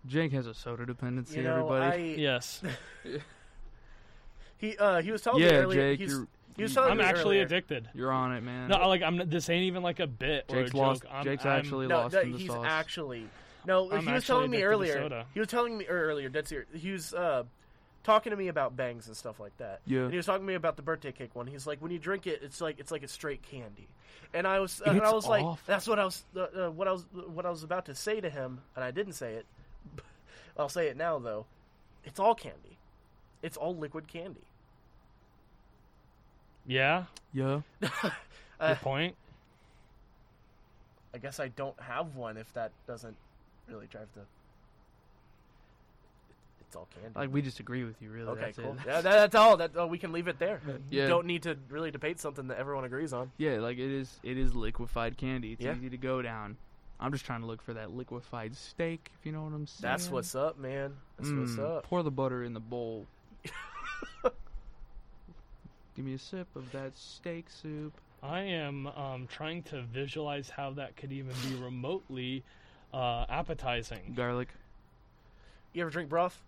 S1: Jake has a soda dependency.
S3: You know,
S1: everybody,
S3: I,
S1: (laughs)
S2: Yes,
S3: He uh, he was telling me
S1: Yeah,
S3: earlier.
S1: Jake,
S3: he's,
S1: you're-
S3: he was
S1: you-
S3: telling
S2: I'm
S3: me
S2: actually
S3: earlier.
S2: addicted.
S1: you're on it, man.
S2: No, I- like I'm. not- This ain't even like a bit or a
S1: Jake's
S2: joke.
S1: lost.
S2: I'm,
S1: Jake's
S2: I'm-
S1: actually
S3: no,
S1: lost
S3: no,
S1: in the
S3: he's
S1: sauce.
S3: actually
S2: I'm
S3: no. he was
S2: actually
S3: telling me
S2: addicted to
S3: earlier.
S2: soda.
S3: He was telling me or earlier. That's here. He was uh, talking to me about bangs and stuff like that.
S1: Yeah.
S3: And he was talking to me about the birthday cake one. He's like, when you drink it, it's like it's like it's straight candy. And I was uh, and I
S1: It's
S3: was
S1: awful.
S3: like, that's what I was uh, uh, what I was what I was about to say to him, and I didn't say it. (laughs) I'll say it now though. It's all candy. It's all liquid candy.
S1: (laughs)
S2: Yeah,
S1: yeah,
S2: good point.
S3: I guess I don't have one if that doesn't really drive the. It's all candy.
S1: like we just agree with you, really.
S3: okay,
S1: that's (laughs)
S3: cool.
S1: It.
S3: Yeah, that, that's all. That uh, we can leave it there.
S1: Yeah.
S3: You don't need to really debate something that everyone agrees on.
S1: Yeah, like it is. It is liquefied candy. It's
S3: Yeah.
S1: easy to go down. I'm just trying to look for that liquefied steak, if you know what I'm saying.
S3: That's what's up, man. That's what's
S1: Mm,
S3: up.
S1: Pour the butter in the
S3: (laughs)
S1: bowl. Give me a sip of that steak soup.
S2: I am um, trying to visualize how that could even be remotely uh, appetizing.
S1: Garlic.
S3: You ever drink broth?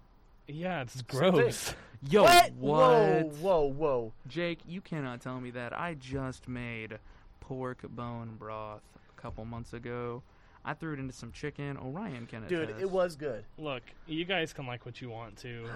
S2: Yeah, it's
S3: thing.
S2: gross.
S1: Yo, Oh, what?
S3: Whoa, whoa, whoa!
S1: Jake, you cannot tell me that. I just made pork bone broth a couple months ago. I threw it into some chicken. Orion can
S3: Dude,
S1: attest.
S3: it was good.
S2: (laughs) Look, you guys can like what you want
S1: (laughs)
S2: to.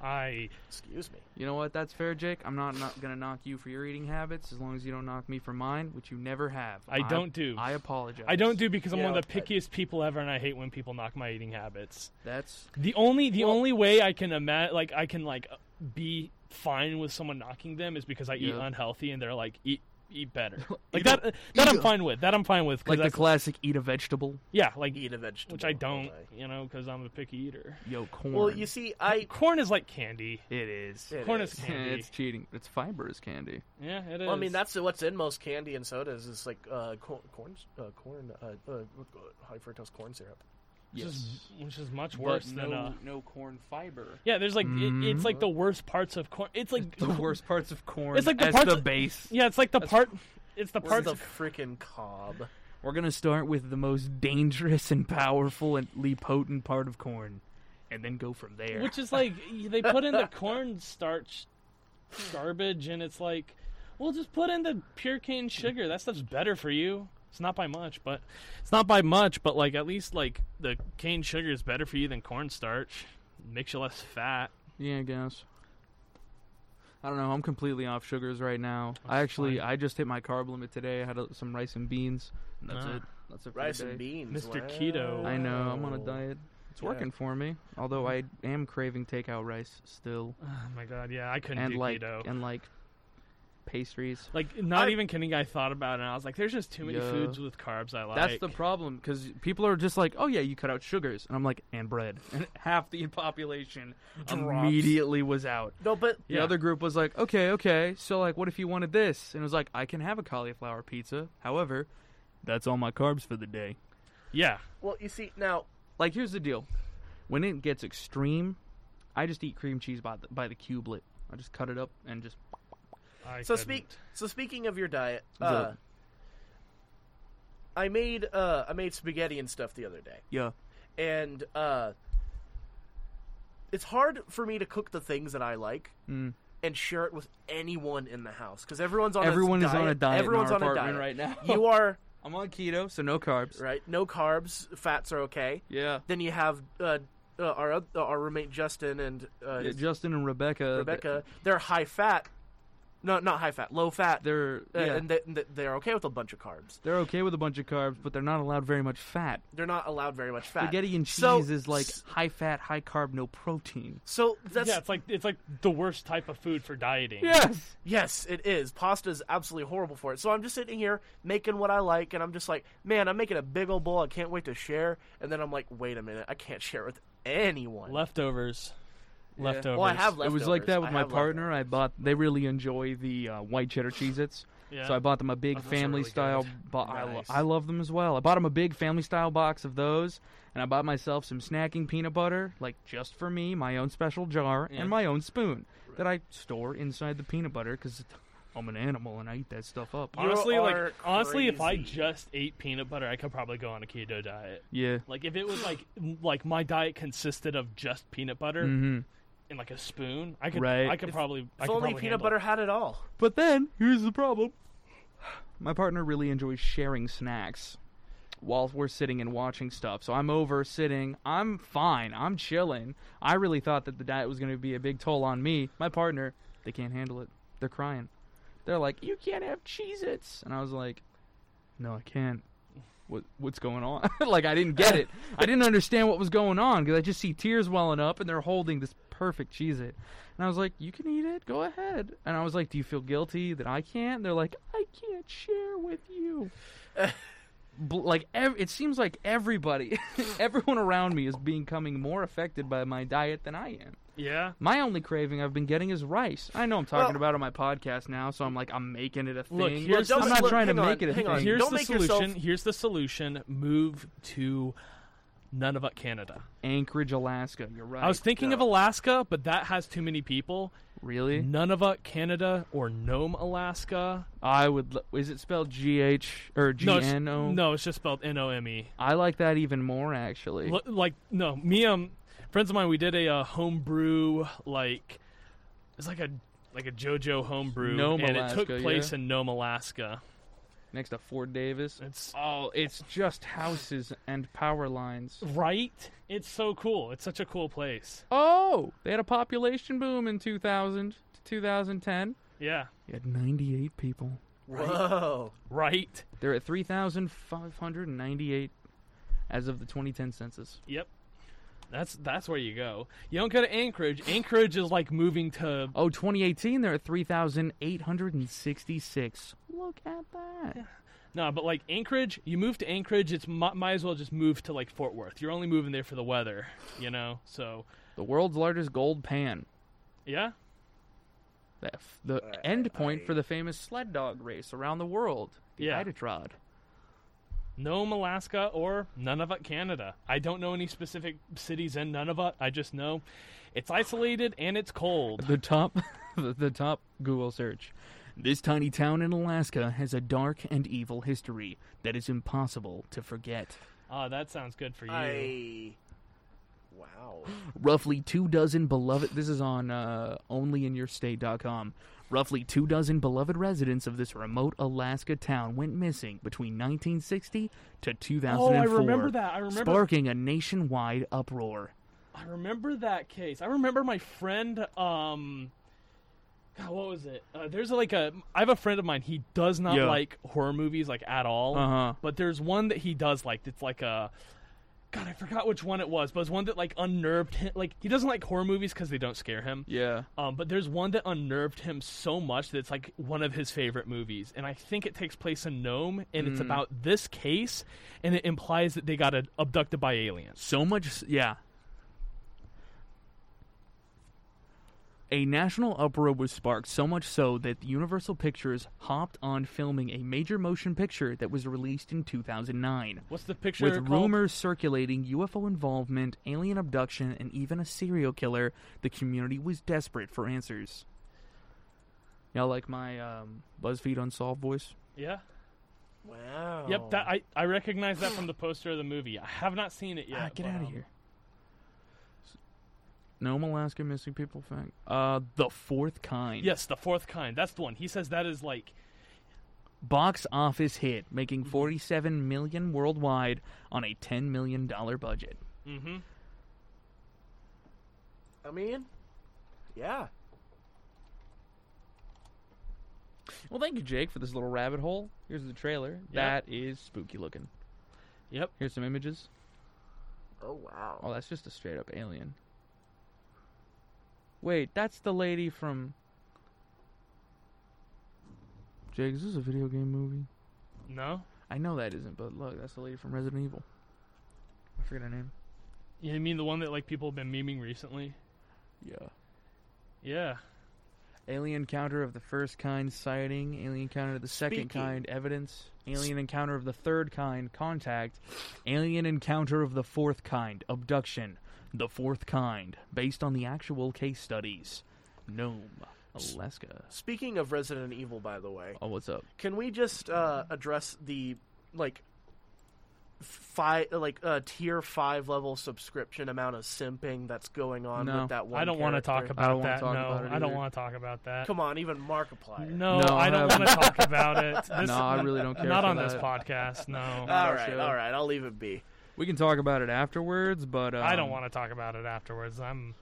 S2: I
S3: Excuse me.
S1: You know what? That's fair, Jake. I'm not, not gonna knock you for your eating habits as long as you don't knock me for mine, which you never have.
S2: I don't do.
S1: I apologize.
S2: I don't do because I'm
S3: Yeah,
S2: one of the
S3: I-
S2: pickiest people ever, and I hate when people knock my eating habits.
S1: That's
S2: The only the only way I can imagine, like I can like be fine with someone knocking them is because I eat
S1: Yeah.
S2: unhealthy, and they're like eat eat better.
S1: Eat
S2: Like that
S1: a-
S2: that
S1: eat
S2: I'm
S1: a-
S2: fine with. That I'm fine with. 'cause
S1: like the
S2: that's-
S1: classic eat a vegetable.
S2: yeah, like e-,
S3: Eat a vegetable.
S2: which I don't,
S3: okay.
S2: you know, because I'm a picky eater.
S1: Yo, corn.
S3: Well, you see, I
S2: Corn is like candy.
S1: It is. (laughs)
S3: It
S2: Corn
S3: is.
S2: is candy.
S1: it's cheating. It's fibrous candy.
S2: yeah, it is.
S3: Well, I mean, that's what's in most candy and sodas is like uh, corn, corn, uh, corn, uh, uh, high fructose corn syrup.
S2: which, is, which is much
S1: But
S2: worse than
S1: no,
S2: uh,
S1: no corn fiber.
S2: yeah. There's like it, it's like the worst parts of corn. It's
S1: (laughs)
S2: like
S1: The worst parts of corn.
S2: It's like the
S1: as
S2: parts
S1: the
S2: of- (laughs)
S1: base.
S2: Yeah, it's like the part. It's the parts
S3: Where's the
S2: of
S3: freaking cob?
S1: We're gonna start with the most dangerous and powerful and potent part of corn, and then go from there.
S2: Which is like y- they put in the corn starch garbage, and it's like, Well, just put in the pure cane sugar. That stuff's better for you. It's not by much, but it's not by much, but like at least like the cane sugar is better for you than cornstarch. Makes you less fat. (sighs)
S1: Yeah, I guess. I don't know. I'm completely off sugars right now. I
S2: That's
S1: actually
S2: fine.
S1: I just hit my carb limit today. I had a, some rice and beans. And that's
S2: Ah.
S1: it. That's it. For
S3: Rice
S1: the day.
S3: and beans.
S2: Mr. Keto.
S1: I know. I'm on a
S3: Wow.
S1: diet. It's
S3: Yeah.
S1: working for me. Although I am craving takeout rice still,
S2: Oh my god, yeah, I couldn't
S1: and
S2: do
S1: like
S2: keto.
S1: and like pastries.
S2: like not
S3: I-
S2: even kidding, I thought about it and I was like, there's just too many
S1: Yeah.
S2: foods with carbs I like.
S1: That's the problem because people are just like, "Oh yeah, you cut out sugars," and I'm like, "And bread." (laughs) And half the population
S2: Drops.
S1: immediately was out.
S3: No, but
S1: The
S2: Yeah.
S1: other group was like, okay, okay, so like, what if you wanted this? And it was like, I can have a cauliflower pizza. However, that's all my carbs for the day.
S2: Yeah.
S3: well, you see now.
S1: Like, here's the deal: when it gets extreme, I just eat cream cheese by the, by the cubelet. I just cut it up and just
S2: I
S3: So
S2: couldn't.
S3: speak. So speaking of your diet,
S1: What's
S3: uh,
S1: up?
S3: I made uh, I made spaghetti and stuff the other day,
S1: yeah.
S3: and uh, it's hard for me to cook the things that I like
S1: Mm.
S3: and share it with anyone in the house because everyone's on
S1: Everyone
S3: a
S1: is on a diet in
S3: Everyone's
S1: our
S3: on a
S1: apartment right
S3: diet
S1: now.
S3: (laughs) You are
S1: I'm on keto, so no carbs.
S3: right. No carbs. Fats are okay.
S1: Yeah.
S3: Then you have uh, uh, our oth- uh, our roommate Justin and uh,
S1: Yeah,
S3: his
S1: Justin and Rebecca.
S3: Rebecca. They're high fat. No, not high fat. Low fat.
S1: They're
S3: uh,
S1: yeah,
S3: and they, and they- they're okay with a bunch of carbs.
S1: they're okay with a bunch of carbs, but they're not allowed very much fat.
S3: They're not allowed very much fat.
S1: Spaghetti and cheese
S3: Uh, So-
S1: is like
S3: s-
S1: high fat, high carb, no protein.
S3: so. That's
S2: yeah, it's like it's like the worst type of food for dieting.
S1: Yes.
S3: yes, it is. Pasta is absolutely horrible for it. So I'm just sitting here making what I like, and I'm just like, man, I'm making a big old bowl. I can't wait to share. And then I'm like, wait a minute, I can't share it with anyone.
S2: Leftovers. Leftovers.
S3: well, I have leftovers.
S1: It was like that with
S3: I
S1: my
S3: have
S1: partner.
S3: leftovers.
S1: I bought. They really enjoy the uh, white cheddar Cheez-Its,
S2: Yeah.
S1: so I bought them a
S3: Oh,
S1: big
S2: Those are
S1: family
S2: really
S1: style.
S2: good.
S1: Bo- I, lo-
S3: Nice.
S1: I love them as well. I bought them a big family style box of those, and I bought myself some snacking peanut butter, like just for me, my own special jar
S2: Yeah.
S1: and my own spoon that I store inside the peanut butter because I'm an animal and I eat that stuff up.
S3: You
S2: honestly,
S3: are
S2: like honestly, if I
S3: crazy.
S2: just ate peanut butter, I could probably go on a keto diet.
S1: Yeah.
S2: Like if it was like like my diet consisted of just peanut butter
S1: hmm
S2: and like a spoon, I could
S1: Right.
S2: I could probably I
S3: If
S2: could
S3: only
S2: probably
S3: peanut
S2: handle
S3: butter
S2: it.
S3: had it all.
S1: But then here's the problem. My partner really enjoys sharing snacks while we're sitting and watching stuff. So I'm over sitting. I'm fine. I'm chilling. I really thought that the diet was going to be a big toll on me. My partner, they can't handle it. They're crying. They're like, "You can't have Cheez-Its." And I was like, "No, I can't." What what's going on? (laughs) like I didn't get it. I didn't understand what was going on because I just see tears welling up and they're holding this perfect Cheez-It. And I was like, "You can eat it. Go ahead." And I was like, "Do you feel guilty that I can't?" And they're like, "I can't share with
S3: (laughs)
S1: you." Bl- like ev- it seems like everybody, (laughs) everyone around me is becoming more affected by my diet than I am.
S2: Yeah.
S1: My only craving I've been getting is rice. I know I'm talking
S3: Well-
S1: about it on my podcast now, so I'm like, I'm making it a thing.
S2: Look, here's
S1: I'm
S3: the-
S1: not
S3: look,
S1: trying to
S3: hang on,
S1: make it a
S3: hang
S1: thing.
S3: on.
S2: Here's
S3: Don't
S2: the
S3: make
S2: solution.
S3: yourself-
S2: Here's the solution. Move to Nunavut, Canada.
S1: Anchorage, Alaska. You're right.
S2: I was thinking of
S3: no.
S2: Alaska, but that has too many people. Mm-hmm.
S1: really?
S2: Nunavut, Canada, or Nome, Alaska.
S1: I would. l- Is it spelled G H or G
S2: No, it's,
S1: N O?
S2: no, it's just spelled N O M E.
S1: I like that even more actually.
S2: L- like no me um friends of mine we did a uh, homebrew like it's like a like a JoJo homebrew
S1: Nome,
S2: and it
S1: Alaska,
S2: took place
S1: yeah.
S2: in Nome, Alaska.
S1: Next to Fort Davis.
S2: It's
S1: Oh, it's just houses and power lines.
S2: Uh, right. It's so cool. It's such a cool place.
S1: Oh, they had a population boom in 2000 to 2010.
S2: Yeah.
S1: You had 98 people.
S3: Whoa.
S2: Right.
S1: They're at 3,598 as of the 2010 census.
S2: Yep. That's that's where you go. You don't go to Anchorage. Anchorage is like moving to
S1: Oh, 2018, they're at 3,866. Look at that.
S2: No, but like Anchorage, you move to Anchorage, it's mi- might as well just move to like Fort Worth. You're only moving there for the weather, you know. So,
S1: The world's largest gold pan.
S2: yeah.
S1: The, f- the
S3: I-
S1: end point
S3: I-
S1: for the famous sled dog race around the world. The
S2: Yeah.
S1: Iditarod.
S2: Nome, Alaska, or Nunavut, Canada. I don't know any specific cities in Nunavut. I just know it's isolated and it's cold.
S1: The top, (laughs) the, the top Google search. This tiny town in Alaska has a dark and evil history that is impossible to forget.
S2: Oh, that sounds good for you.
S3: I. Wow.
S2: (gasps)
S1: Roughly two dozen beloved. This is on uh, onlyinyourstate.com. Roughly two dozen beloved residents of this remote Alaska town went missing between 1960 to 2004.
S2: Oh, I remember that. I remember.
S1: Sparking a nationwide uproar.
S2: I remember that case. I remember my friend. Um, God, what was it? Uh, there's like a. I have a friend of mine. He does not
S1: Yeah.
S2: like horror movies like at all.
S1: Uh-huh.
S2: But there's one that he does like. It's like a. God, I forgot which one it was, but it's one that like unnerved him. Like he doesn't like horror movies because they don't scare him.
S1: Yeah.
S2: Um, but there's one that unnerved him so much that it's like one of his favorite movies, and I think it takes place in Nome, and it's about this case, and it implies that they got uh, abducted by aliens.
S1: So much, yeah. A national uproar was sparked so much so that Universal Pictures hopped on filming a major motion picture that was released in 2009.
S2: What's the picture?
S1: With
S2: called?
S1: rumors circulating UFO involvement, alien abduction, and even a serial killer, the community was desperate for answers. Y'all like my um, BuzzFeed Unsolved voice?
S2: Yeah.
S3: Wow.
S2: Yep. That I I recognize that from the poster of the movie. I have not seen it yet.
S1: ah, get
S2: but,
S1: out of
S2: um,
S1: here. Nome, Alaska missing people thing. Uh, the fourth kind.
S2: Yes, the fourth kind. That's the one. He says that is like
S1: Box office hit, making 47 million worldwide on a 10 million dollar budget.
S2: hmm
S3: I mean, yeah.
S1: Well, thank you, Jake, for this little rabbit hole. Here's the trailer.
S2: Yeah.
S1: That is spooky looking.
S2: Yep.
S1: Here's some images.
S3: Oh wow.
S1: Oh, that's just a straight up alien. Wait, that's the lady from. Jake, is this a video game movie?
S2: No.
S1: I know that isn't, but look, that's the lady from Resident Evil. I forget her name.
S2: You mean the one that like people have been memeing recently?
S1: Yeah.
S2: Yeah.
S1: Alien encounter of the first kind sighting, alien encounter of the second
S3: Speaking.
S1: kind evidence, alien encounter of the third kind contact, alien encounter of the fourth kind abduction, the fourth kind based on the actual case studies. Nome, Alaska.
S3: Speaking of Resident Evil, by the way,
S1: Oh, what's up?
S3: can we just uh, address the like five like uh, tier five level subscription amount of simping that's going on
S1: No.
S3: with that one?
S2: I don't want to talk
S3: character?
S1: I don't
S2: about
S1: wanna
S2: that.
S1: talk
S2: no,
S1: about it
S2: I don't
S1: either.
S2: want to talk about that.
S3: Come on, even Markiplier.
S2: No,
S1: No,
S2: I
S1: I
S2: don't want to
S1: haven't.
S2: talk
S1: (laughs)
S2: about it. This-
S1: No, I really don't care
S2: Not
S1: for
S2: on this
S1: that. Uh,
S2: podcast. No,
S3: All
S1: that
S3: right,
S1: show.
S3: all right, I'll leave it be.
S1: We can talk about it afterwards, but um,
S2: I don't want to talk about it afterwards. I'm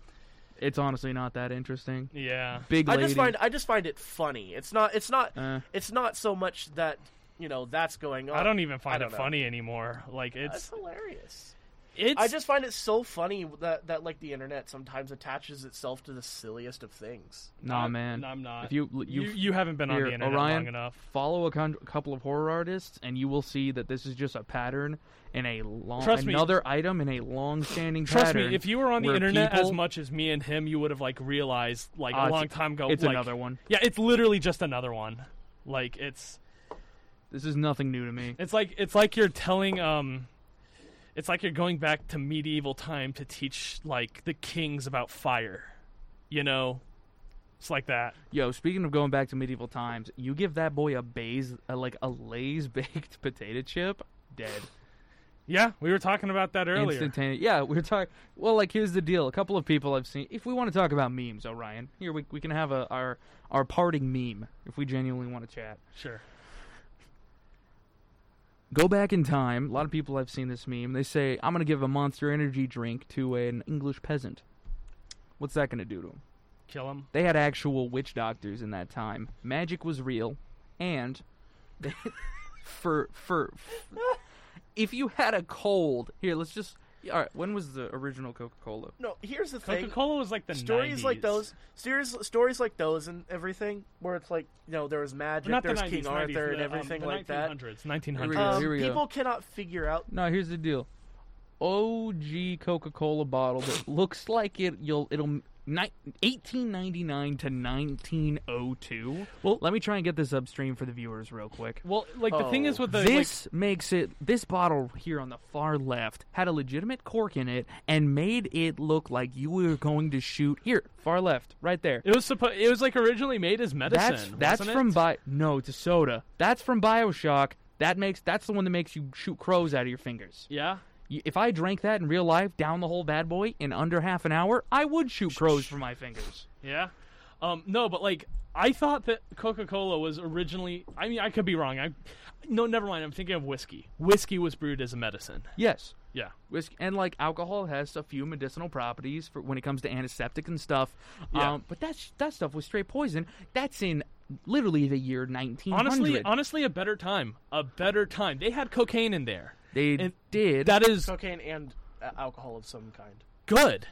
S1: It's honestly not that interesting.
S2: yeah.
S1: Big
S3: I
S1: lady.
S3: just find I just find it funny. It's not it's not
S1: Uh.
S3: it's not so much that you know that's going on.
S2: I don't even find
S3: don't
S2: it
S3: know.
S2: funny anymore. Like it's
S3: That's hilarious.
S2: it's
S3: I just find it so funny that that like the internet sometimes aches itself to the silliest of things.
S1: nah,
S2: I'm-
S1: man.
S2: I'm not.
S1: If you
S2: you
S1: you
S2: you haven't been on
S1: Here,
S2: the internet
S1: Orion,
S2: long enough.
S1: follow a con- couple of horror artists, and you will see that this is just a pattern in a long
S2: Trust me.
S1: another item in a long-standing
S2: Trust
S1: pattern.
S2: me, if you were on the
S1: where
S2: internet as
S1: people-
S2: much as me and him, you would have like realized like
S1: Ah,
S2: a
S1: it's-
S2: long time ago.
S1: it's
S2: like-
S1: another one.
S2: Yeah, it's literally just another one. Like it's
S1: This is nothing new to
S2: (laughs)
S1: me.
S2: it's like it's like you're telling um, it's like you're going back to medieval time to teach like the kings about fire. You know, it's like that.
S1: Yo, speaking of going back to medieval times, you give that boy a baze, uh, like a Lay's (laughs) baked potato chip, dead.
S2: Yeah, we were talking about that earlier.
S1: Instantaneous. Yeah, we we're talking. Well, like here's the deal. A couple of people I've seen. If we want to talk about memes, Orion, here we we can have a our our parting meme if we genuinely want to chat.
S2: Sure.
S1: Go back in time. A lot of people have seen this meme. They say, "I'm going to give a Monster Energy drink to an English peasant." What's that going to do to him?
S2: Kill him.
S1: They had actual witch doctors in that time. Magic was real, and (laughs) they, for for if you had a cold, here, let's just. All right, when was the original Coca-Cola?
S3: No, here's the thing.
S2: Coca Cola was like the
S3: stories
S2: 90s.
S3: like those stories stories like those and everything where it's like you know there was magic
S2: Not the
S3: there's
S2: 90s,
S3: king
S2: 90s,
S3: arthur
S2: the,
S3: and
S2: um,
S3: everything
S2: the
S3: like that
S2: 1900s,
S1: Here
S2: 1900s.
S1: we go.
S3: um,
S1: Here go.
S3: people cannot figure out
S1: No, here's the deal. OG Coca-Cola bottle that looks like it. You'll it'll. Ni- 1899 to 1902. Well, let me try and get this upstream for the viewers real quick.
S2: Um, Well, like the thing is
S3: Oh.
S2: with the like,
S1: this makes it. This bottle here on the far left had a legitimate cork in it and made it look like you were going to shoot. Here, far left, right there.
S2: it was supposed it was like originally made as
S1: That's
S2: medicine.
S1: that's
S2: wasn't
S1: from
S2: it?
S1: Bi. No, it's a soda. That's from Bioshock. That makes that's the one that makes you shoot crows out of your fingers.
S2: yeah.
S1: Y- If I drank that in real life, down the whole bad boy in under half an hour, I would shoot crows from my fingers.
S2: Yeah. Um, no, but like I thought that Coca Cola was originally. I mean, I could be wrong. I no, never mind. I'm thinking of whiskey. Whiskey was brewed as a medicine.
S1: Yes.
S2: Yeah.
S1: Whiskey and like alcohol has a few medicinal properties for when it comes to antiseptic and stuff.
S2: Yeah.
S1: Um, but that sh- that stuff was straight poison. That's in literally the year 1900.
S2: Honestly, honestly, a better time. A better time. They had cocaine in there.
S1: they
S2: and
S1: did.
S2: That is
S3: cocaine and uh, alcohol of some kind.
S2: good.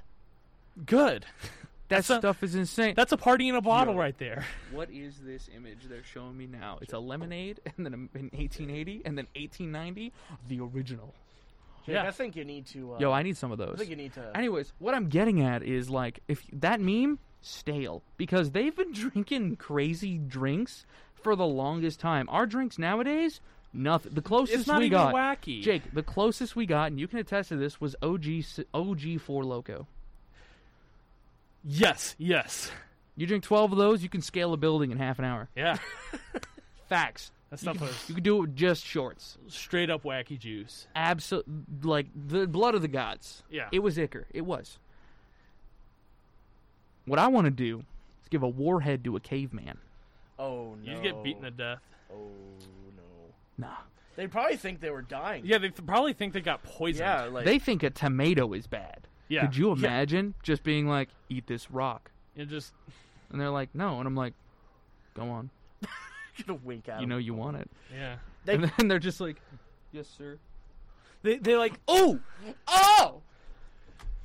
S2: Good.
S1: that
S2: that's a-
S1: stuff is insane.
S2: That's a party in a bottle
S1: Yeah.
S2: right there.
S1: What is this image they're showing me now? It's a lemonade, and then a- in 1880, and then 1890, the original.
S3: Jake,
S2: Yeah.
S3: I think you need to. Uh,
S1: Yo, I need some of those.
S3: I think you need to.
S1: Anyways, what I'm getting at is like if that meme stale because they've been (laughs) drinking crazy drinks for the longest time. Our drinks nowadays, nothing. The closest
S2: It's not
S1: we
S2: even
S1: got,
S2: wacky.
S1: Jake, the closest we got, and you can attest to this, was OG s- OG Four Loco.
S2: Yes. Yes.
S1: You drink twelve of those, you can scale a building in half an hour.
S2: Yeah.
S1: Facts.
S2: (laughs) That stuff
S1: You
S2: was
S1: can do it with just shorts.
S2: straight up wacky juice.
S1: Absolute, like the blood of the gods.
S2: Yeah.
S1: It was Icar. It was. What I want to do is give a warhead to a caveman.
S3: oh no.
S2: You get beaten to death.
S3: Oh no.
S1: Nah.
S3: They probably think they were dying.
S2: Yeah, they th- probably think they got poisoned.
S3: Yeah, like
S1: they think a tomato is bad.
S2: Yeah.
S1: Could you
S2: Yeah.
S1: imagine just being like, eat this rock?
S2: It just
S1: And they're like, no. And I'm like, go on.
S3: gonna wink at
S1: You
S3: them.
S1: know you want it.
S2: yeah.
S3: They-
S1: and then they're just like, yes, sir.
S2: They they like oh
S1: Oh!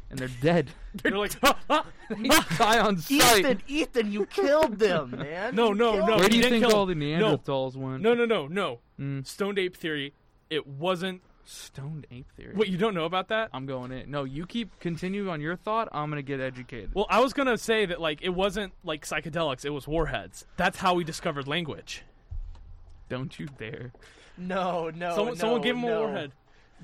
S1: And they're
S2: (laughs)
S1: dead.
S2: they're like "Ah, ah."
S1: They (laughs) die on sight.
S3: Ethan, Ethan, you killed them, (laughs) man.
S2: No,
S3: You
S2: no,
S3: killed
S2: no.
S1: Where
S2: he
S1: do you
S2: didn't
S1: think
S2: kill
S1: all the
S2: him.
S1: Neanderthals went?
S2: no no no no
S1: Mm.
S2: stoned ape theory. It wasn't
S1: Stoned ape theory.
S2: what you don't know about that.
S1: I'm going in. No, you keep continue on your thought. I'm gonna get educated.
S2: Well, I was gonna say that like it wasn't like psychedelics. It was warheads. That's how we discovered language.
S1: Don't you dare.
S3: No,
S1: Oh,
S3: no.
S2: someone
S3: no,
S2: someone gave him
S3: no,
S2: a warhead.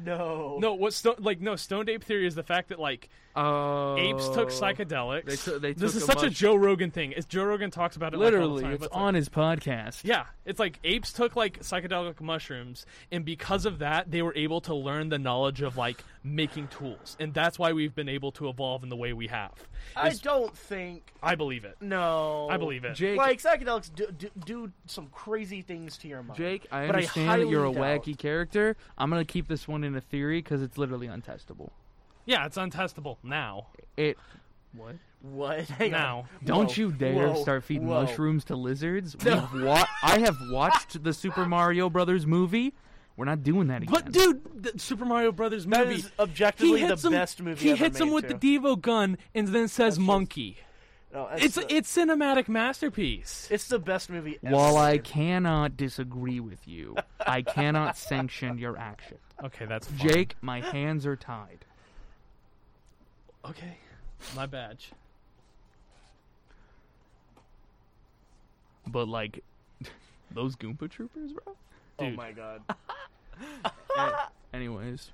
S3: No.
S2: No, what stone like no stoned ape theory is the fact that like
S1: Oh,
S2: apes took psychedelics.
S1: They took- they
S2: this
S1: took
S2: is
S1: a
S2: such a
S1: mush-
S2: Joe Rogan thing. It's Joe Rogan talks about it like, all the
S1: Literally,
S2: time,
S1: it's
S2: but like-
S1: on his podcast.
S2: Yeah, it's like apes took like psychedelic mushrooms, and because of that, they were able to learn the knowledge of like making tools, and that's why we've been able to evolve in the way we have.
S3: I
S2: It's-
S3: don't think.
S2: I believe it.
S3: No,
S2: I believe it.
S1: Jake,
S3: Like psychedelics do, do, do some crazy things to your mind.
S1: Jake, I
S3: But I
S1: understand that you're a
S3: highly doubt-
S1: wacky character. I'm gonna keep this one in a theory because it's literally untestable.
S2: Yeah, it's untestable now.
S1: It. What?
S3: What? (laughs) Hang
S2: Now.
S3: on.
S1: Don't
S3: Whoa,
S1: you dare
S3: whoa,
S1: start feeding
S3: whoa.
S1: mushrooms to lizards. We've wa- I have watched the Super Mario Brothers movie. We're not doing that again.
S2: But dude, the Super Mario Brothers movie
S3: That is objectively
S2: he
S3: the
S2: hits him,
S3: best movie
S2: He
S3: ever
S2: hits him
S3: made,
S2: with
S3: too.
S2: the Devo gun and then says monkey.
S3: No, that's
S2: It's
S3: the,
S2: it's cinematic masterpiece.
S3: it's the best movie. ever
S1: While I
S3: made.
S1: cannot disagree with you, I cannot sanction your action.
S2: Okay, that's fine.
S1: Jake, my hands are tied.
S2: Okay, my badge.
S1: But like, (laughs) those Goomba troopers, bro.
S3: Oh
S2: dude.
S3: my god.
S1: Anyways,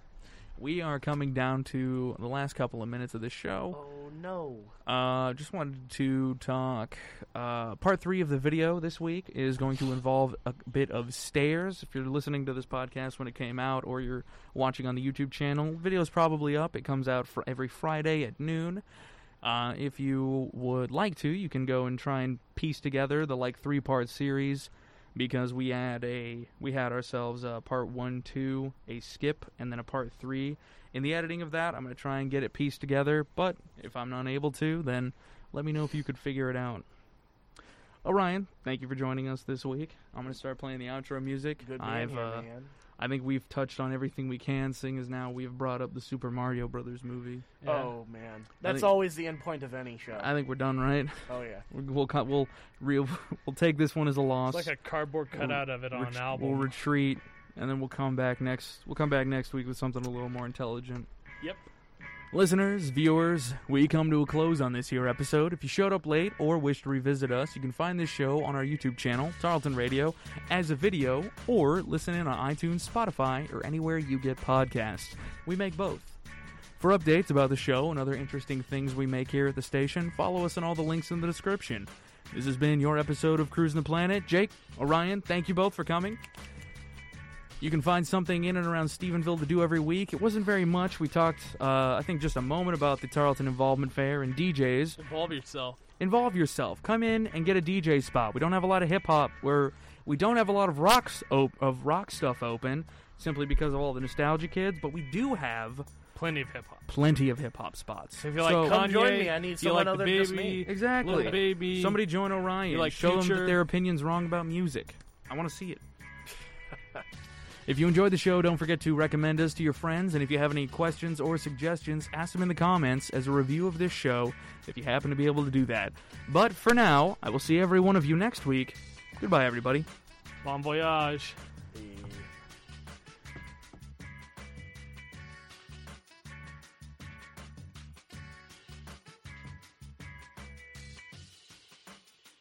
S1: we are coming down to the last couple of minutes of this show.
S3: Oh no.
S1: Uh, just wanted to talk. Uh, part three of the video this week is going to involve a bit of stairs. If you're listening to this podcast when it came out, or you're watching on the YouTube channel, video's probably up. It comes out for every Friday at noon. Uh, if you would like to, you can go and try and piece together the like three part series because we had a we had ourselves a part one, two, a skip, and then a part three. In the editing of that, I'm gonna try and get it pieced together. But if I'm not able to, then let me know if you could figure it out. Orion, thank you for joining us this week. I'm gonna start playing the outro music.
S3: Good being
S1: I've
S3: here,
S1: uh,
S3: man.
S1: I think we've touched on everything we can, seeing as now we've brought up the Super Mario Brothers movie.
S2: Yeah.
S3: Oh man. That's
S1: think-
S3: always the end point of any show.
S1: I think we're done, right? (laughs)
S3: oh yeah.
S1: We'll cut. We'll real. (laughs) We'll take this one as a loss.
S2: It's like a cardboard cutout of it on an
S1: Ret-
S2: album.
S1: We'll retreat, and then we'll come back next. We'll come back next week with something a little more intelligent.
S2: Yep.
S1: Listeners, viewers, we come to a close on this here episode. If you showed up late or wish to revisit us, you can find this show on our YouTube channel, Tarleton Radio, as a video, or listen in on iTunes, Spotify, or anywhere you get podcasts. We make both. For updates about the show and other interesting things we make here at the station, follow us on all the links in the description. This has been your episode of Cruising the Planet. Jake, Orion, thank you both for coming. You can find something in and around Stephenville to do every week. It wasn't very much. We talked, uh, I think, just a moment about the Tarleton Involvement Fair and DJs.
S2: Involve yourself.
S1: Involve yourself. Come in and get a DJ spot. We don't have a lot of hip hop. Where we don't have a lot of rocks op- of rock stuff open, simply because of all the nostalgia kids. But we do have
S2: Plenty of hip hop.
S1: plenty of hip hop spots.
S2: If you like
S1: So-
S2: Kanye,
S3: join me, I need
S2: you
S3: someone
S2: like
S3: other
S2: the
S3: than
S2: baby,
S3: just me.
S1: Exactly.
S2: Little baby.
S1: Somebody join Orion.
S2: You like
S1: Show them that
S2: Future?
S1: their opinion's wrong about music. I want to see
S2: (laughs)
S1: it. if you enjoyed the show, don't forget to recommend us to your friends. And if you have any questions or suggestions, ask them in the comments as a review of this show if you happen to be able to do that. But for now, I will see every one of you next week. Goodbye, everybody.
S2: Bon voyage.
S3: The-